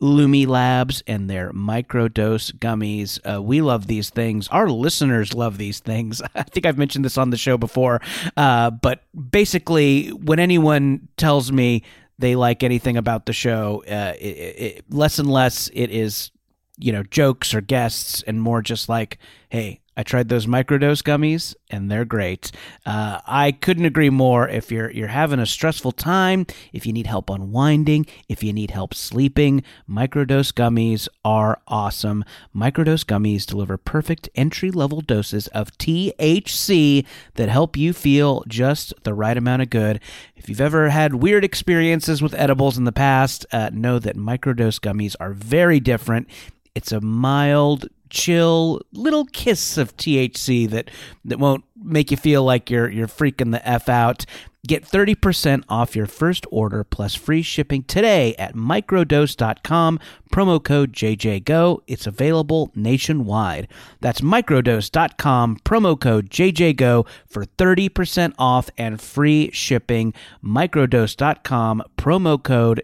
C: Lumi Labs and their microdose gummies. Uh, we love these things. Our listeners love these things. I think I've mentioned this on the show before, uh, but basically, when anyone tells me they like anything about the show, uh, it, it, it, less and less it is you know jokes or guests, and more just like, hey. I tried those microdose gummies, and they're great. Uh, I couldn't agree more. If you're you're having a stressful time, if you need help unwinding, if you need help sleeping, microdose gummies are awesome. Microdose gummies deliver perfect entry level doses of THC that help you feel just the right amount of good. If you've ever had weird experiences with edibles in the past, uh, know that microdose gummies are very different. It's a mild, chill little kiss of THC that that won't make you feel like you're you're freaking the f out. Get 30% off your first order plus free shipping today at microdose.com promo code JJGO. It's available nationwide. That's microdose.com promo code JJGO for 30% off and free shipping. microdose.com promo code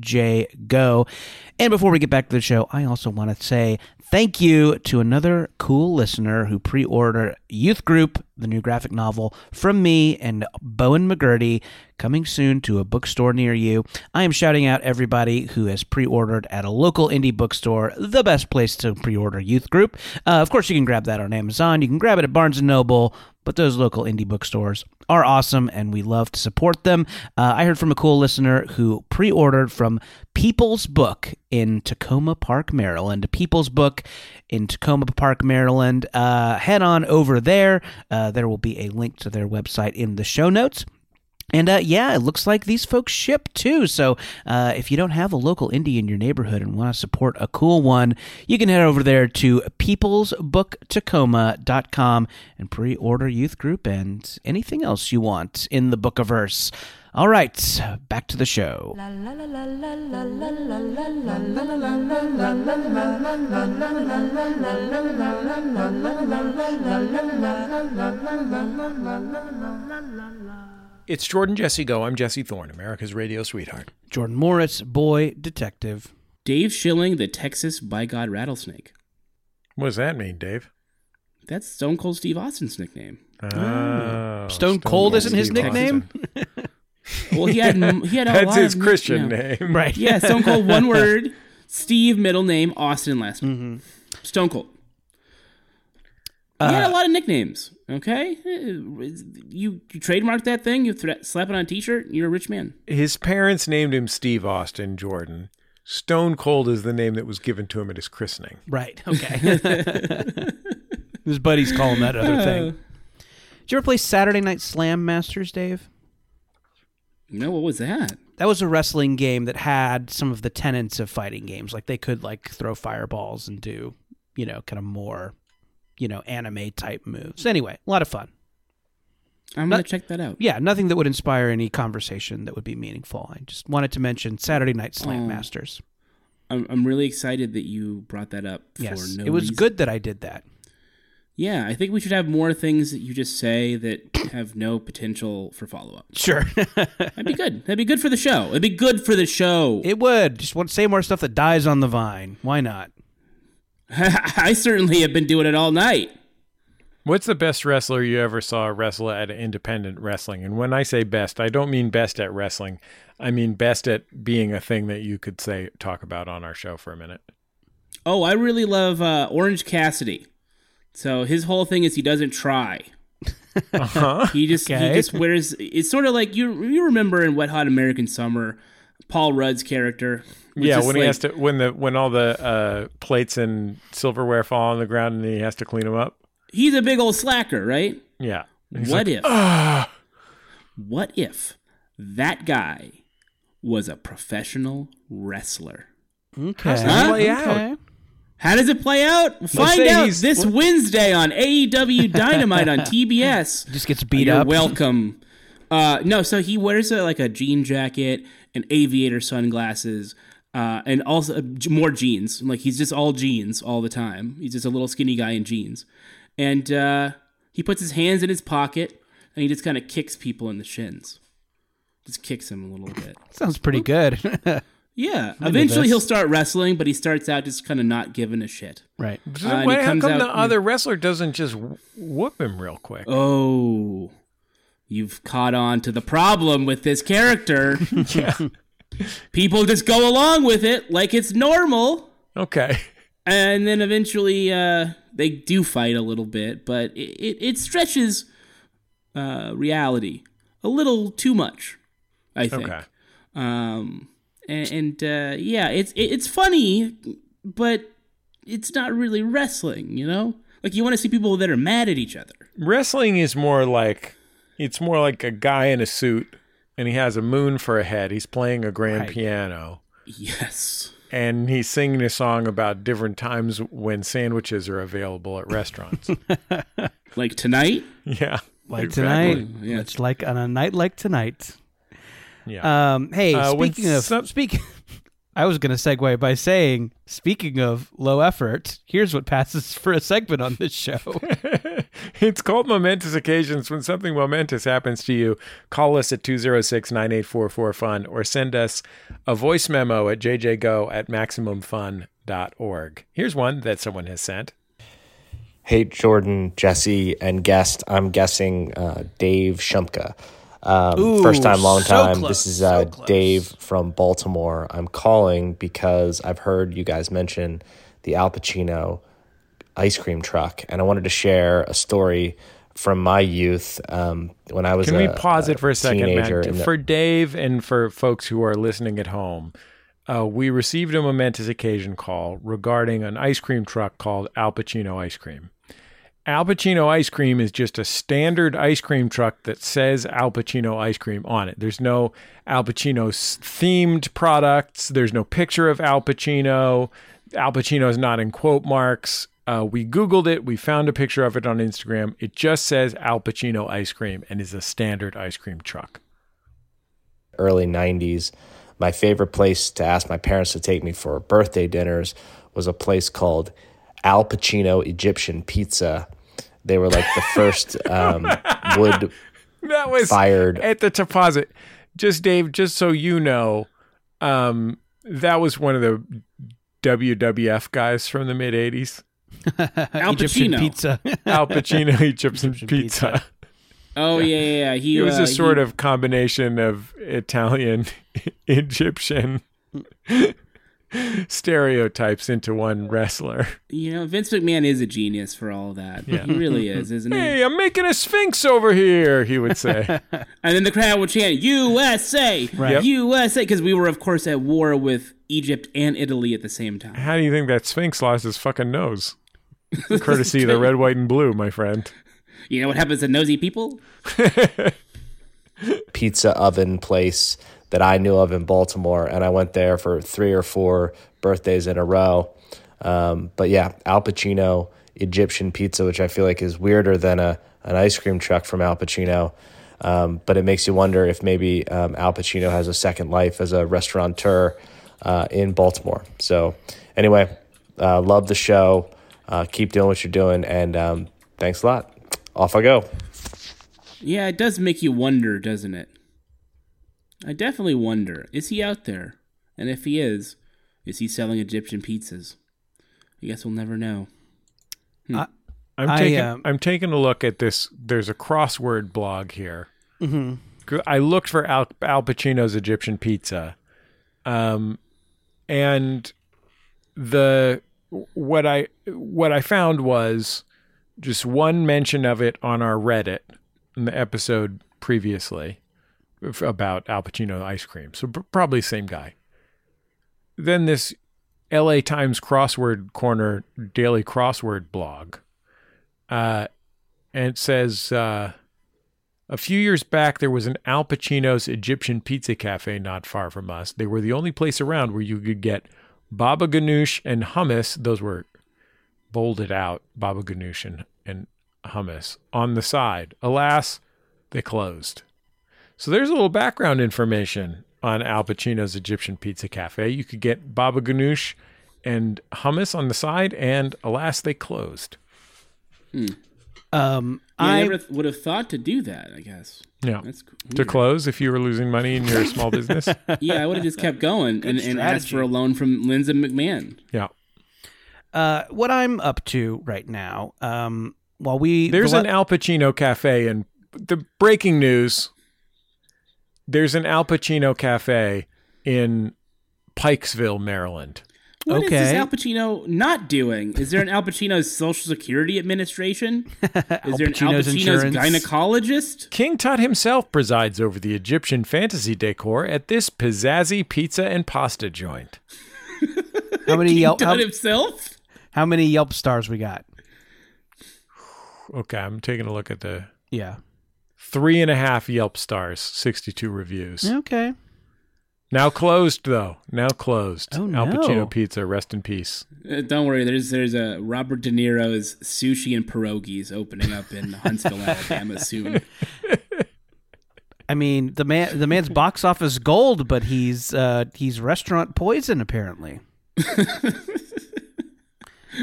C: JJGO. And before we get back to the show, I also want to say Thank you to another cool listener who pre ordered Youth Group, the new graphic novel from me and Bowen McGurdy, coming soon to a bookstore near you. I am shouting out everybody who has pre ordered at a local indie bookstore, the best place to pre order Youth Group. Uh, of course, you can grab that on Amazon, you can grab it at Barnes and Noble. But those local indie bookstores are awesome and we love to support them. Uh, I heard from a cool listener who pre ordered from People's Book in Tacoma Park, Maryland. People's Book in Tacoma Park, Maryland. Uh, head on over there. Uh, there will be a link to their website in the show notes. And uh, yeah, it looks like these folks ship too. So uh, if you don't have a local indie in your neighborhood and want to support a cool one, you can head over there to peoplesbooktacoma.com and pre order Youth Group and anything else you want in the Bookiverse. All right, back to the show.
B: It's Jordan Jesse Go. I'm Jesse Thorne, America's radio sweetheart.
C: Jordan Morris, boy detective.
E: Dave Schilling, the Texas by God rattlesnake.
B: What does that mean, Dave?
E: That's Stone Cold Steve Austin's nickname.
B: Oh,
C: Stone Cold isn't his
B: Steve Austin.
C: nickname?
E: Well, he had he had a
B: That's
E: lot
B: his
E: of,
B: Christian
E: you know-
B: name.
C: right.
E: Yeah, Stone Cold, one word. Steve, middle name, Austin, last name.
C: Mm-hmm.
E: Stone Cold.
C: Uh,
E: he had a lot of nicknames. Okay, Uh, you you trademark that thing. You thre- slap it on a T-shirt. You're a rich man.
B: His parents named him Steve Austin Jordan. Stone Cold is the name that was given to him at his christening.
C: Right. Okay. His buddies call him that other thing. Did you ever play Saturday Night Slam Masters, Dave?
E: No, what was that?
C: That was a wrestling game that had some of the tenets of fighting games. Like they could like throw fireballs and do, you know, kind of more, you know, anime type moves. Anyway, a lot of fun.
E: I'm gonna check that out.
C: Uh, Yeah, nothing that would inspire any conversation that would be meaningful. I just wanted to mention Saturday Night Slam
E: Oh.
C: Masters.
E: I'm, I'm really excited that you brought that up. For
C: yes,
E: no
C: it was
E: reason.
C: good that I did that.
E: Yeah, I think we should have more things that you just say that have no potential for follow up.
C: Sure,
E: That'd be good. That'd be good for the show. It'd be good for the show.
C: it would. Just want to say more stuff that dies on the vine. Why not?
E: I certainly have been doing it all night.
B: What's the best wrestler you ever saw wrestle at independent wrestling? And when I say best, I don't mean best at wrestling. I mean best at being a thing that you could say talk about on our show for a minute.
E: Oh, I really love uh, Orange Cassidy. So his whole thing is he doesn't try. He just
C: Okay.
E: he just wears. It's sort of like you you remember in Wet Hot American Summer, Paul Rudd's character. was
B: yeah,
E: just
B: when he
E: like-
B: has to when the when all the uh, plates and silverware fall on the ground and he has to clean them up.
E: he's a big old slacker, right?
B: Yeah.
E: What if? What if that guy was a professional wrestler?
C: Okay.
E: that play
B: out?
E: How does it play out? Find
B: say
E: out
B: he's-
E: this Wednesday on AEW Dynamite on TBS.
C: Just gets beat
E: You're
C: up.
E: welcome. Uh, no, so he wears a, like a jean jacket and aviator sunglasses, uh, and also uh, j- more jeans. Like he's just all jeans all the time. He's just a little skinny guy in jeans, and uh, he puts his hands in his pocket and he just kind of kicks people in the shins. Just kicks him a little bit.
C: Sounds pretty good.
E: Yeah. Eventually
C: this.
E: he'll start wrestling, but he starts out just kind of not giving a shit.
C: right.
E: Uh, and
B: Why-
E: he
B: how
E: comes
B: come
E: out-
B: the other wrestler doesn't just wh- whoop him real quick?
E: Oh, you've caught on to the problem with this character. People just go along with it like it's normal,
B: Okay.
E: and then eventually uh, they do fight a little bit, but it, it, it stretches uh, reality a little too much, I think.
B: Okay.
E: Um, and, and uh, yeah, it's it, it's funny, but it's not really wrestling, you know. Like you want to see people that are mad at each other.
B: Wrestling is more like it's more like a guy in a suit and he has a moon for a head. He's playing a grand
C: Right.
B: piano
E: Yes.
B: and he's singing a song about different times when sandwiches are available at restaurants.
E: Like tonight?
B: yeah.
C: Like
B: Exactly.
C: tonight.
E: yeah.
C: It's like on a night like tonight.
B: Yeah.
C: Um, hey,
B: Uh, when
C: speaking of
B: some-
C: speak I was gonna segue by saying, speaking of low effort, here's what passes for a segment on this show.
B: it's called momentous occasions when something momentous happens to you call us at 206-9844-fun or send us a voice memo at jjgo at maximumfun.org here's one that someone has sent
F: Hey, Jordan, Jesse, and guest. I'm guessing uh, Dave Shumka. Um,
C: Ooh,
F: first time, long
C: so
F: time.
C: close,
F: this is
C: so
F: uh,
C: close.
F: Dave from Baltimore. I'm calling because I've heard you guys mention the Al Pacino ice cream truck, and I wanted to share a story from my youth um, when I was.
B: can
F: a,
B: we pause it for a second
F: teenager
B: Matt?
F: in the-
B: for dave and for folks who are listening at home uh, we received a momentous occasion call regarding an ice cream truck called al pacino ice cream Al Pacino ice cream is just a standard ice cream truck that says Al Pacino ice cream on it. There's no Al Pacino s- themed products. There's no picture of Al Pacino. Al Pacino is not in quote marks. Uh, we Googled it. We found a picture of it on Instagram. It just says Al Pacino ice cream and is a standard ice cream truck.
F: early 90s. My favorite place to ask my parents to take me for birthday dinners was a place called Al Pacino Egyptian Pizza. They were like the first um, wood.
B: That was
F: Fired.
B: at the deposit. Just Dave, just so you know, um, that was one of the WWF guys from the mid '80s.
E: Al
C: Egyptian
E: Pacino.
C: pizza.
B: Al Pacino Egyptian, pizza.
E: Oh yeah, yeah. yeah. He
B: It was
E: uh,
B: a sort
E: he-
B: of combination of Italian, Egyptian stereotypes into one wrestler.
E: you know Vince McMahon is a genius for all of that. He really is, isn't he?
B: Hey, I'm making a sphinx over here. He would say.
E: And then the crowd would chant USA,
B: Yep.
E: USA, because we were of course at war with Egypt and Italy at the same time.
B: How do you think that sphinx lost his fucking nose? Courtesy of the red, white, and blue, my friend.
E: You know what happens to nosy people?
F: pizza oven place that I knew of in Baltimore, and I went there for three or four birthdays in a row. Um, but yeah, Al Pacino Egyptian pizza, which I feel like is weirder than a an ice cream truck from Al Pacino. Um, but it makes you wonder if maybe um, Al Pacino has a second life as a restaurateur uh, in Baltimore. So, anyway, uh, love the show. Uh, keep doing what you're doing, and um, thanks a lot. Off I go.
E: Yeah, it does make you wonder, doesn't it? I definitely wonder. Is he out there? And if he is, is he selling Egyptian pizzas? I guess we'll never know.
B: I'm
C: I,
B: taking
C: um,
B: I'm taking a look at this. There's a crossword blog here. Mm-hmm. I looked for Al, Al Pacino's Egyptian pizza, um, and the what I what I found was just one mention of it on our Reddit in the episode previously f- about Al Pacino ice cream. So pr- probably same guy. Then this LA Times crossword corner daily crossword blog. Uh, and it says uh, a few years back, there was an Al Pacino's Egyptian Pizza Cafe not far from us. They were the only place around where you could get baba ganoush and hummus. Those were bolded out baba ganoush and, and hummus on the side. Alas, they closed. So there's a little background information on Al Pacino's Egyptian Pizza Cafe. You could get baba ganoush and hummus on the side, and alas, they closed.
C: um,
E: Yeah, I
C: I
E: never th- would have thought to do that. I guess.
B: Yeah.
E: That's cool.
B: to close if you were losing money and you're a small business.
E: yeah, I would have just kept going and, and asked for a loan from Lindsay McMahon.
B: Yeah.
C: uh, what I'm up to right now. Um, while we
B: There's
C: the
B: an Al Pacino cafe and the breaking news there's an Al Pacino cafe in Pikesville, Maryland.
E: What is this
C: Okay.
E: Al Pacino not doing? Is there an Al Pacino's Social Security Administration? Is there an Al
C: Pacino's
E: Pacino's
C: insurance.
E: gynecologist?
B: King Tut himself presides over the Egyptian fantasy decor at this pizzazzy pizza and pasta joint.
C: how many Yelp how,
E: Done himself?
C: how many Yelp stars we got?
B: Okay, I'm taking a look at the
C: Yeah.
B: three and a half Yelp stars, 62 reviews.
C: Okay.
B: Now closed, though. Now closed.
C: Oh,
B: Al
C: no.
B: Pacino Pizza, rest in peace.
E: Uh, don't worry, there's there's a Robert De Niro's sushi and pierogies opening up in Huntsville, Alabama soon.
C: I mean, the man the man's box office gold, but he's uh, he's restaurant poison apparently.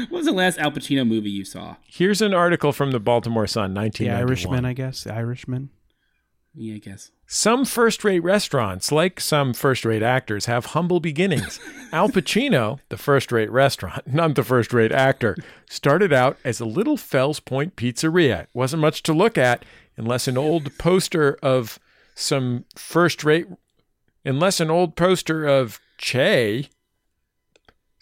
E: What was the last Al Pacino movie you saw?
B: Here's an article from the Baltimore Sun,
C: The
B: 1991.
C: Irishman, I guess. The Irishman.
E: Yeah, I guess.
B: Some first rate restaurants, like some first rate actors, have humble beginnings. Al Pacino, the first rate restaurant, not the first rate actor, started out as a little Fells Point pizzeria. It wasn't much to look at unless an old poster of some first rate, unless an old poster of Che.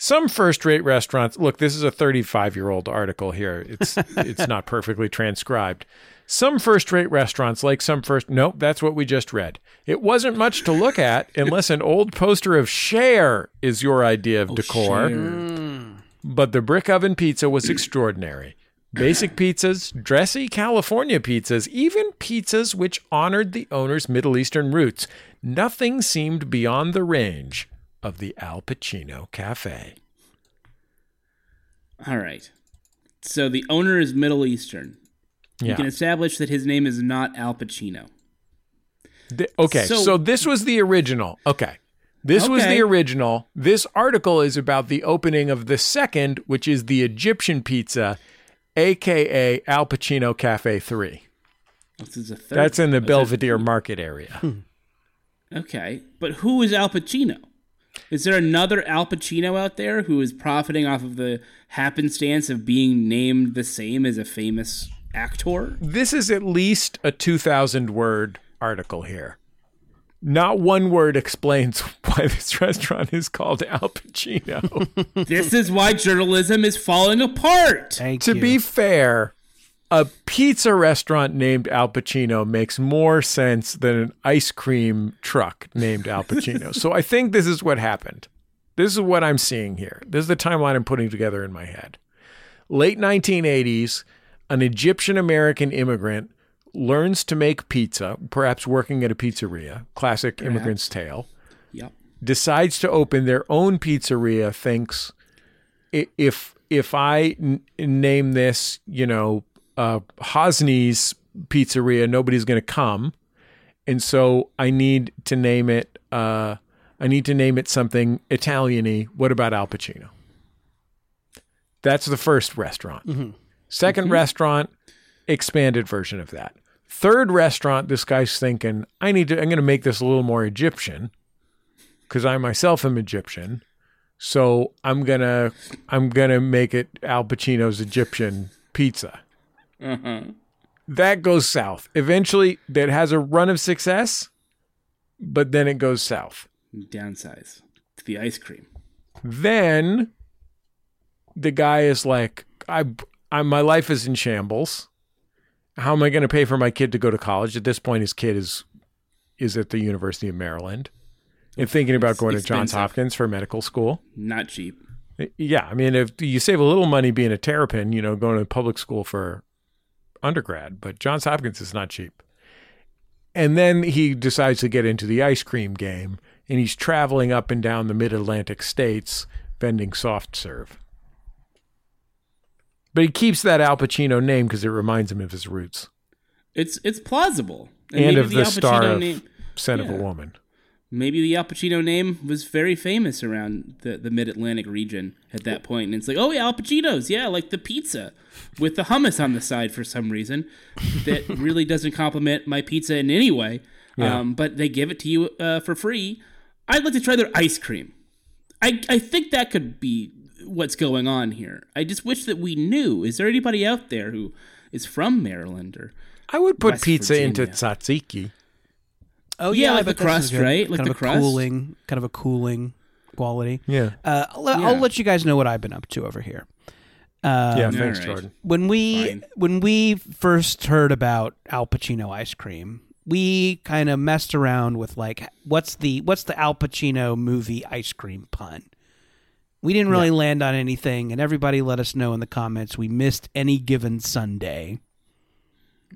B: Some first rate restaurants, look, this is a 35 year old article here. It's, it's not perfectly transcribed. Some first rate restaurants, like some first. Nope, that's what we just read. It wasn't much to look at unless an old poster of Cher is
E: Oh,
B: your idea of decor.
E: Sure.
B: But the brick oven pizza was extraordinary. Basic pizzas, dressy California pizzas, even pizzas which honored the owner's Middle Eastern roots. Nothing seemed beyond the range of the Al Pacino Cafe.
E: All right. So the owner is Middle Eastern. You
B: Yeah.
E: can establish that his name is not Al Pacino.
B: Th- okay, so,
E: So-
B: this was the original. Okay. This was
E: Okay.
B: the original. This article is about the opening of the second, which is the Egyptian pizza, aka Al Pacino Cafe 3.
E: This is a third.
B: That's in the
E: This is-
B: Belvedere Market area.
E: Okay, but who is Al Pacino? Is there another Al Pacino out there who is profiting off of the happenstance of being named the same as a famous actor?
B: this is at least a 2000 word article here not one word explains why this restaurant is called al pacino
E: this is why journalism is falling apart.
C: Thank
B: to
C: you.
B: be fair a pizza restaurant named al pacino makes more sense than an ice cream truck named al pacino so i think this is what happened this is what i'm seeing here this is the timeline i'm putting together in my head late 1980s, an Egyptian American immigrant learns to make pizza, perhaps working at a pizzeria, classic immigrant's tale,
E: Yep.
B: decides to open their own pizzeria, thinks "I- if if I n- name this, you know, uh, Hosni's pizzeria, nobody's going to come. And so I need to name it uh, I need to name it something Italian-y. What about Al Pacino? That's the first restaurant. 2nd restaurant, expanded version of that. Third restaurant, this guy's thinking, I need to, I'm going to make this a little more Egyptian because I myself am Egyptian. So I'm going to, I'm going to make it Al Pacino's Egyptian pizza.
E: Uh-huh.
B: That goes south. Eventually, that has a run of success, but then it goes south.
E: Downsize to the ice cream.
B: then the guy is like i i my life is in shambles how am i going to pay for my kid to go to college at this point his kid is is at the university of maryland and thinking about
E: It's
B: going to johns
E: expensive.
B: hopkins for medical school
E: Not cheap.
B: yeah i mean if you save a little money being a terrapin you know going to public school for undergrad but johns hopkins is not cheap and then he decides to get into the ice cream game and he's traveling up and down the mid-atlantic states vending soft serve but he keeps that al pacino name because it reminds him of his roots
E: It's it's plausible.
B: and,
E: maybe
B: of the,
E: Al
B: star
E: Pacino
B: of
E: name-
B: son of a
E: Yeah.
B: woman
E: maybe the Al Pacino name was very famous around the, the Mid Atlantic region at that point, and it's like, oh yeah, Al Pacino's, yeah, like the pizza with the hummus on the side for some reason that really doesn't compliment my pizza in any way. Um, but they give it to you uh, for free. I'd like to try their ice cream. I I think that could be what's going on here. I just wish that we knew. Is there anybody out there who is from Maryland or?
B: i would put
E: West
B: pizza into
E: Virginia.
B: tzatziki
C: oh
E: yeah,
C: I
E: like
C: bet
E: the
C: that
E: crust,
C: sounds good.
E: right? Like
C: kind
E: the
C: of a
E: crust?
C: cooling, kind of a cooling quality.
B: yeah
C: Uh, I'll, let-
E: Yeah.
C: I'll let you guys know what I've been up to over here.
B: yeah
C: Um,
B: thanks
E: right.
B: jordan
C: when we
E: Fine.
C: when we first heard about Al Pacino ice cream, we kind of messed around with like what's the what's the Al Pacino movie ice cream pun. We didn't really land on anything, and everybody let us know in the comments we missed any given Sunday.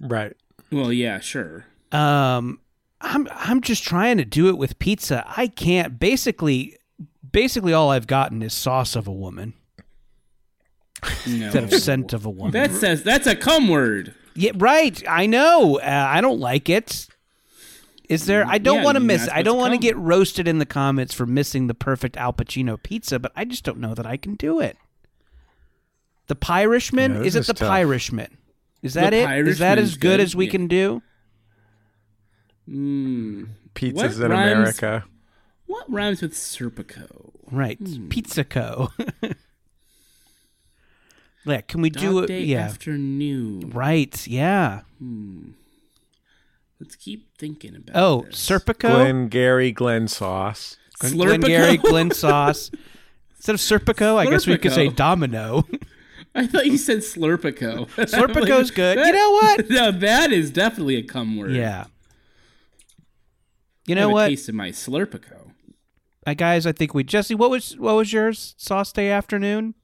B: right
E: Well, yeah, sure.
C: Um, I'm I'm just trying to do it with pizza. I can't. Basically, basically all I've gotten is sauce of a woman
E: No.
C: instead of scent of a woman.
E: That says that's a cum word.
C: Yeah, right. I know. Uh, I don't like it. Is there? I don't
E: Yeah,
C: want to
E: you're
C: miss.
E: not
C: I don't
E: supposed to
C: want to
E: come.
C: get roasted in the comments for missing the perfect Al Pacino pizza, but I just don't know that I can do it. The Pirishman
B: Yeah, this
C: is it
B: is
C: the
B: tough.
C: Pirishman? Is that it? Is that
E: Pirishman's
C: as good
E: good,
C: as we
E: yeah.
C: can do?
E: Mm.
B: pizzas
E: What
B: in
E: rhymes-
B: america
E: What rhymes with Serpico?
C: Right,
E: Hmm.
C: Pizza Co. yeah, can we
E: Dog
C: do it?
E: day
C: Yeah,
E: afternoon.
C: right. Yeah.
E: Let's keep thinking about.
C: Oh,
E: this.
C: Serpico,
B: glen gary glen sauce
C: Glen,
E: Slurpico.
C: Glengarry, Glen Sauce. Instead of Serpico, I guess we could say
E: Slurpico.
C: Domino.
E: I thought you said Slurpico.
C: Slurpico's good. You know what?
E: no, that is definitely a cum word.
C: Yeah. You
E: I
C: know
E: have A
C: what,
E: taste of my Slurpico.
C: I, guys? I think we Jesse. What was what was yours? Sauce day afternoon.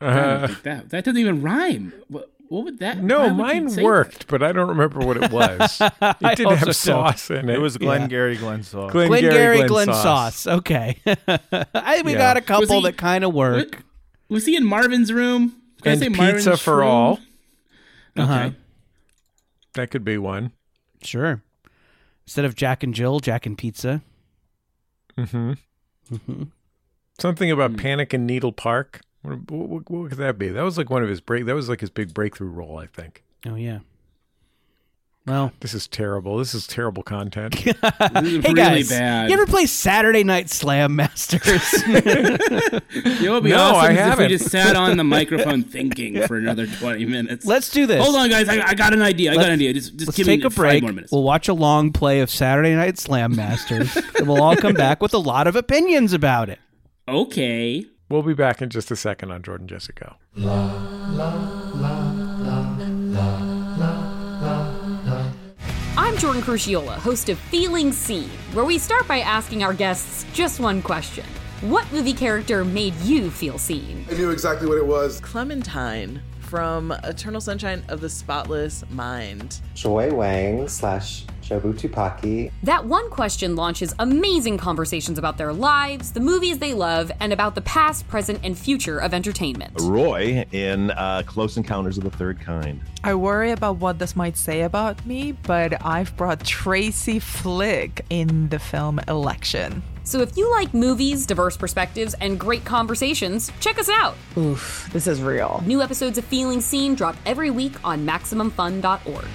E: I don't think that that doesn't even rhyme. What, what would that? why would
B: Uh. No,
E: you
B: mine
E: say
B: worked, but I don't remember what it was.
C: I
B: It didn't
C: also
B: have sauce in it.
D: It was Glengarry Glenn sauce.
C: Glengarry Glen sauce. Okay. I, we
B: Yeah.
C: got a couple
E: he-
C: that kind of
E: that?
C: work.
E: What- Was he in Marvin's room? Can
B: and
E: I say
B: pizza
E: Marvin's
B: for
E: room?
B: all.
E: Okay.
C: Uh-huh.
B: That could be one.
C: Sure. Instead of Jack and Jill, Jack and Pizza.
B: hmm
D: Mm-hmm.
C: hmm
B: Something
E: Hmm.
B: about Panic in Needle Park. What, what, what could that be? That was like one of his break. That was like his big breakthrough role, I think.
C: Oh yeah. Well,
B: This is terrible. This is terrible content.
E: This is
C: hey
E: really
C: guys,
E: bad.
C: you ever play Saturday Night Slam Masters?
E: You know what would be
B: No, I
E: awesome is if we
B: haven't.
E: just sat on the microphone thinking for another 20 minutes.
C: Let's do this.
E: Hold on, guys. I, I got an idea. I got
C: Let's-
E: an idea. Just, just
C: Let's
E: give
C: take
E: me
C: a
E: five
C: break.
E: more minutes.
C: We'll watch a long play of Saturday Night Slam Masters, and we'll all come back with a lot of opinions about it.
E: okay.
B: we'll be back in just a second on Jordan Jessica.
G: I'm Jordan Cruciola, host of Feeling Seen, where we start by asking our guests just one question. What movie character made you feel seen?
H: I knew exactly what it was.
I: Clementine from Eternal Sunshine of the Spotless Mind.
J: Joy Wang slash Jobu Tupaki.
G: That one question launches amazing conversations about their lives, the movies they love, and about the past, present, and future of entertainment.
K: Roy in uh, Close Encounters of the Third Kind.
I: I worry about what this might say about me, but I've brought Tracy Flick in the film Election.
G: So if you like movies, diverse perspectives, and great conversations, check us out.
I: Oof, this is real.
G: New episodes of Feeling Seen drop every week on MaximumFun.org.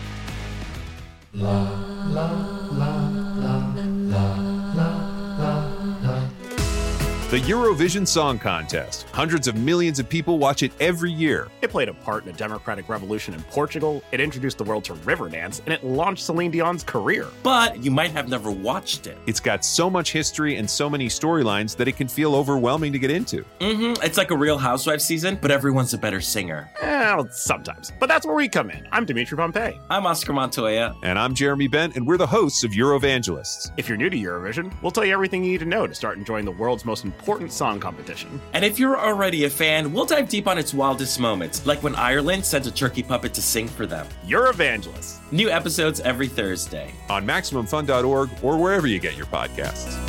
K: The Eurovision Song Contest. Hundreds of millions of people watch it every year.
L: It played a part in the democratic revolution in Portugal. It introduced the world to river dance, and it launched Celine Dion's career.
K: But you might have never watched it. It's got so much history and so many storylines that it can feel overwhelming to get into.
L: Mm-hmm. It's like a Real Housewives season, but everyone's a better singer. Well, sometimes. But that's where we come in. I'm Dimitri Pompey. I'm Oscar Montoya.
K: And I'm Jeremy Bent, and we're the hosts of Eurovangelists.
L: If you're new to Eurovision, we'll tell you everything you need to know to start enjoying the world's most important song competition. And if you're already a fan, we'll dive deep on its wildest moments, like when Ireland sent a turkey puppet to sing for them. Eurovangelists. New episodes every Thursday.
K: on MaximumFun.org or wherever you get your podcasts.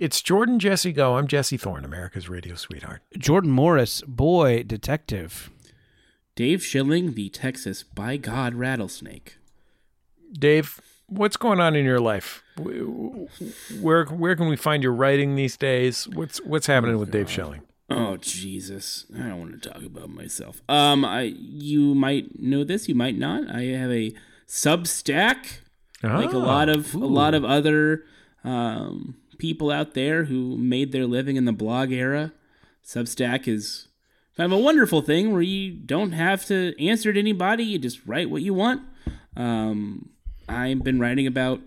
B: It's Jordan Jesse Go. I'm Jesse Thorne, America's radio sweetheart.
C: Jordan Morris, boy detective.
E: Dave Schilling, the Texas by God rattlesnake.
B: Dave, what's going on in your life? W- w- Where where can we find your writing these days? What's what's happening with Dave Schelling?
E: Oh Jesus! I don't want to talk about myself. Um, I you might know this, you might not. I have a Substack,
B: Ah.
E: like a lot of a lot of other um, people out there who made their living in the blog era. Substack is kind of a wonderful thing where you don't have to answer to anybody. You just write what you want. Um, I've been writing about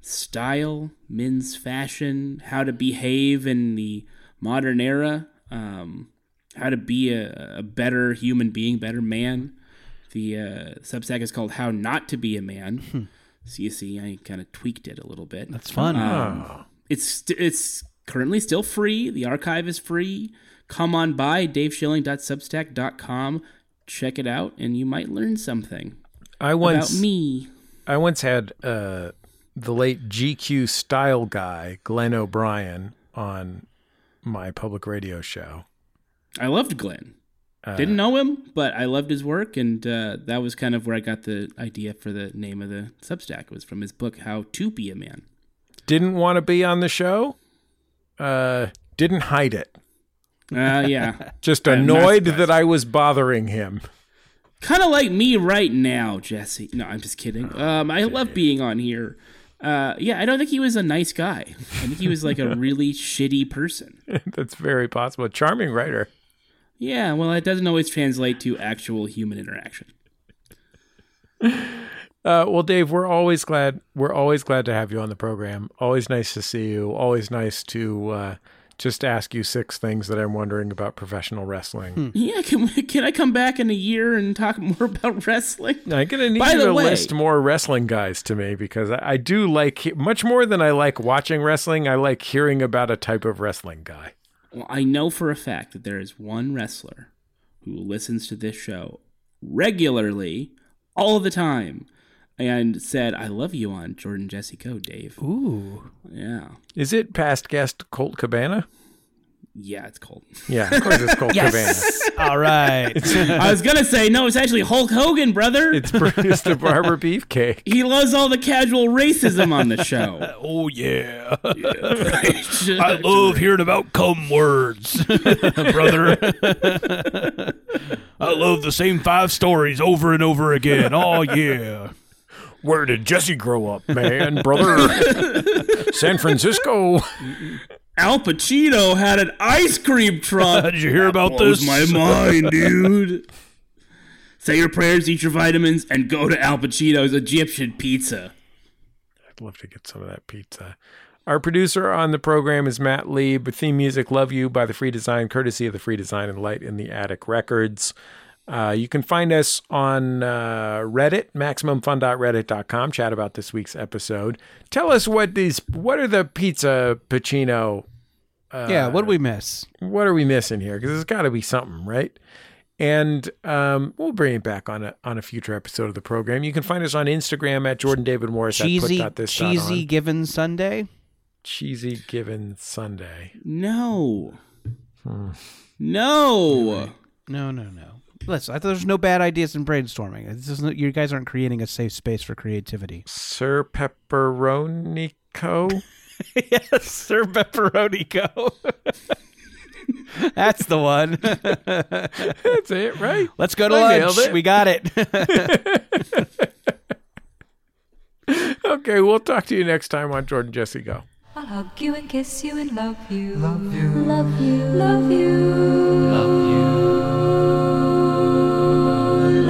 E: style, men's fashion, how to behave in the modern era, um, how to be a, a better human being, better man. The uh, Substack is called "How Not to Be a Man." so you see, I kind of tweaked it a little bit.
C: That's fun.
E: Um, It's st- it's currently still free. The archive is free. Come on by daveshilling.substack.com. Check it out, and you might learn something
B: I once
E: about me.
B: I once had uh, the late GQ style guy Glenn O'Brien on my public radio show.
E: I loved Glenn.
B: Uh,
E: Didn't know him, but I loved his work, and uh, that was kind of where I got the idea for the name of the Substack. was from his book "How to Be a Man."
B: Didn't want to be on the show. Uh, didn't hide it.
E: Uh, yeah,
B: Just
E: I am not
B: annoyed
E: surprised.
B: that I was bothering him.
E: kind of like me right now, Jesse. No, I'm just kidding.
B: Oh,
E: Um, I love being on here. Uh, yeah, I don't think he was a nice guy. I think he was like a really shitty person.
B: That's very possible. Charming writer.
E: Yeah, well, it doesn't always translate to actual human interaction.
B: Uh, well, Dave, we're always glad. We're always glad to have you on the program. Always nice to see you. Always nice to uh, just ask you six things that I'm wondering about professional wrestling.
E: Yeah, can we, can I come back in a year and talk more about wrestling?
B: I'm gonna need
E: By
B: you
E: the
B: to
E: way-
B: list more wrestling guys to me because I, I do like much more than I like watching wrestling. I like hearing about a type of wrestling guy.
E: Well, I know for a fact that there is one wrestler who listens to this show regularly, all the time, and said, "I love you" on Jordan Jesse Go, Dave.
C: Ooh,
E: yeah,
B: Is it past guest Colt Cabana?
E: yeah, it's cold.
B: Yeah, of course it's Colt
C: Yes.
B: Cabana.
C: All right.
E: I was gonna say no. It's actually Hulk Hogan, brother.
B: It's Bruce the Barber Beefcake.
E: He loves all the casual racism on the show.
C: oh yeah.
E: I
C: love hearing about cum words, brother. I love the same five stories over and over again. Oh yeah.
B: Where did Jesse grow up, man, brother? San Francisco.
E: Al Pacino had an ice cream truck.
C: Did you hear about
E: blows
C: this?
E: my mind, dude. Say your prayers, eat your vitamins, and go to Al Pacino's Egyptian pizza.
B: I'd love to get some of that pizza. Our producer on the program is Matt Lee, but theme music Love You by The Free Design, courtesy of The Free Design and Light in the Attic Records. Uh, you can find us on uh, Reddit, maximumfun.reddit.com. Chat about this week's episode. Tell us what these, what are the pizza Pacino? Uh,
C: yeah. What would we miss?
B: what are we missing here? Because there's got to be something, right? And um, we'll bring it back on a on a future episode of the program. You can find us on Instagram at Jordan David Morris. I put
C: Cheesy,
B: dot this dot
C: cheesy
B: on.
C: given Sunday.
B: cheesy given Sunday.
E: No.
B: Hmm.
E: No.
C: No, no, no. Listen, I thought there's no bad ideas in brainstorming. This isn't, you guys aren't creating a safe space for creativity.
B: Sir Pepperonico.
C: yes, Sir Pepperonico. That's the one.
B: That's it, right?
C: Let's go to
B: I nailed
C: lunch.
B: it.
C: We got it.
B: Okay, we'll talk to you next time on Jordan Jesse Go.
A: I'll hug you and kiss you and love you. Love you. Love you. Love you. Love you.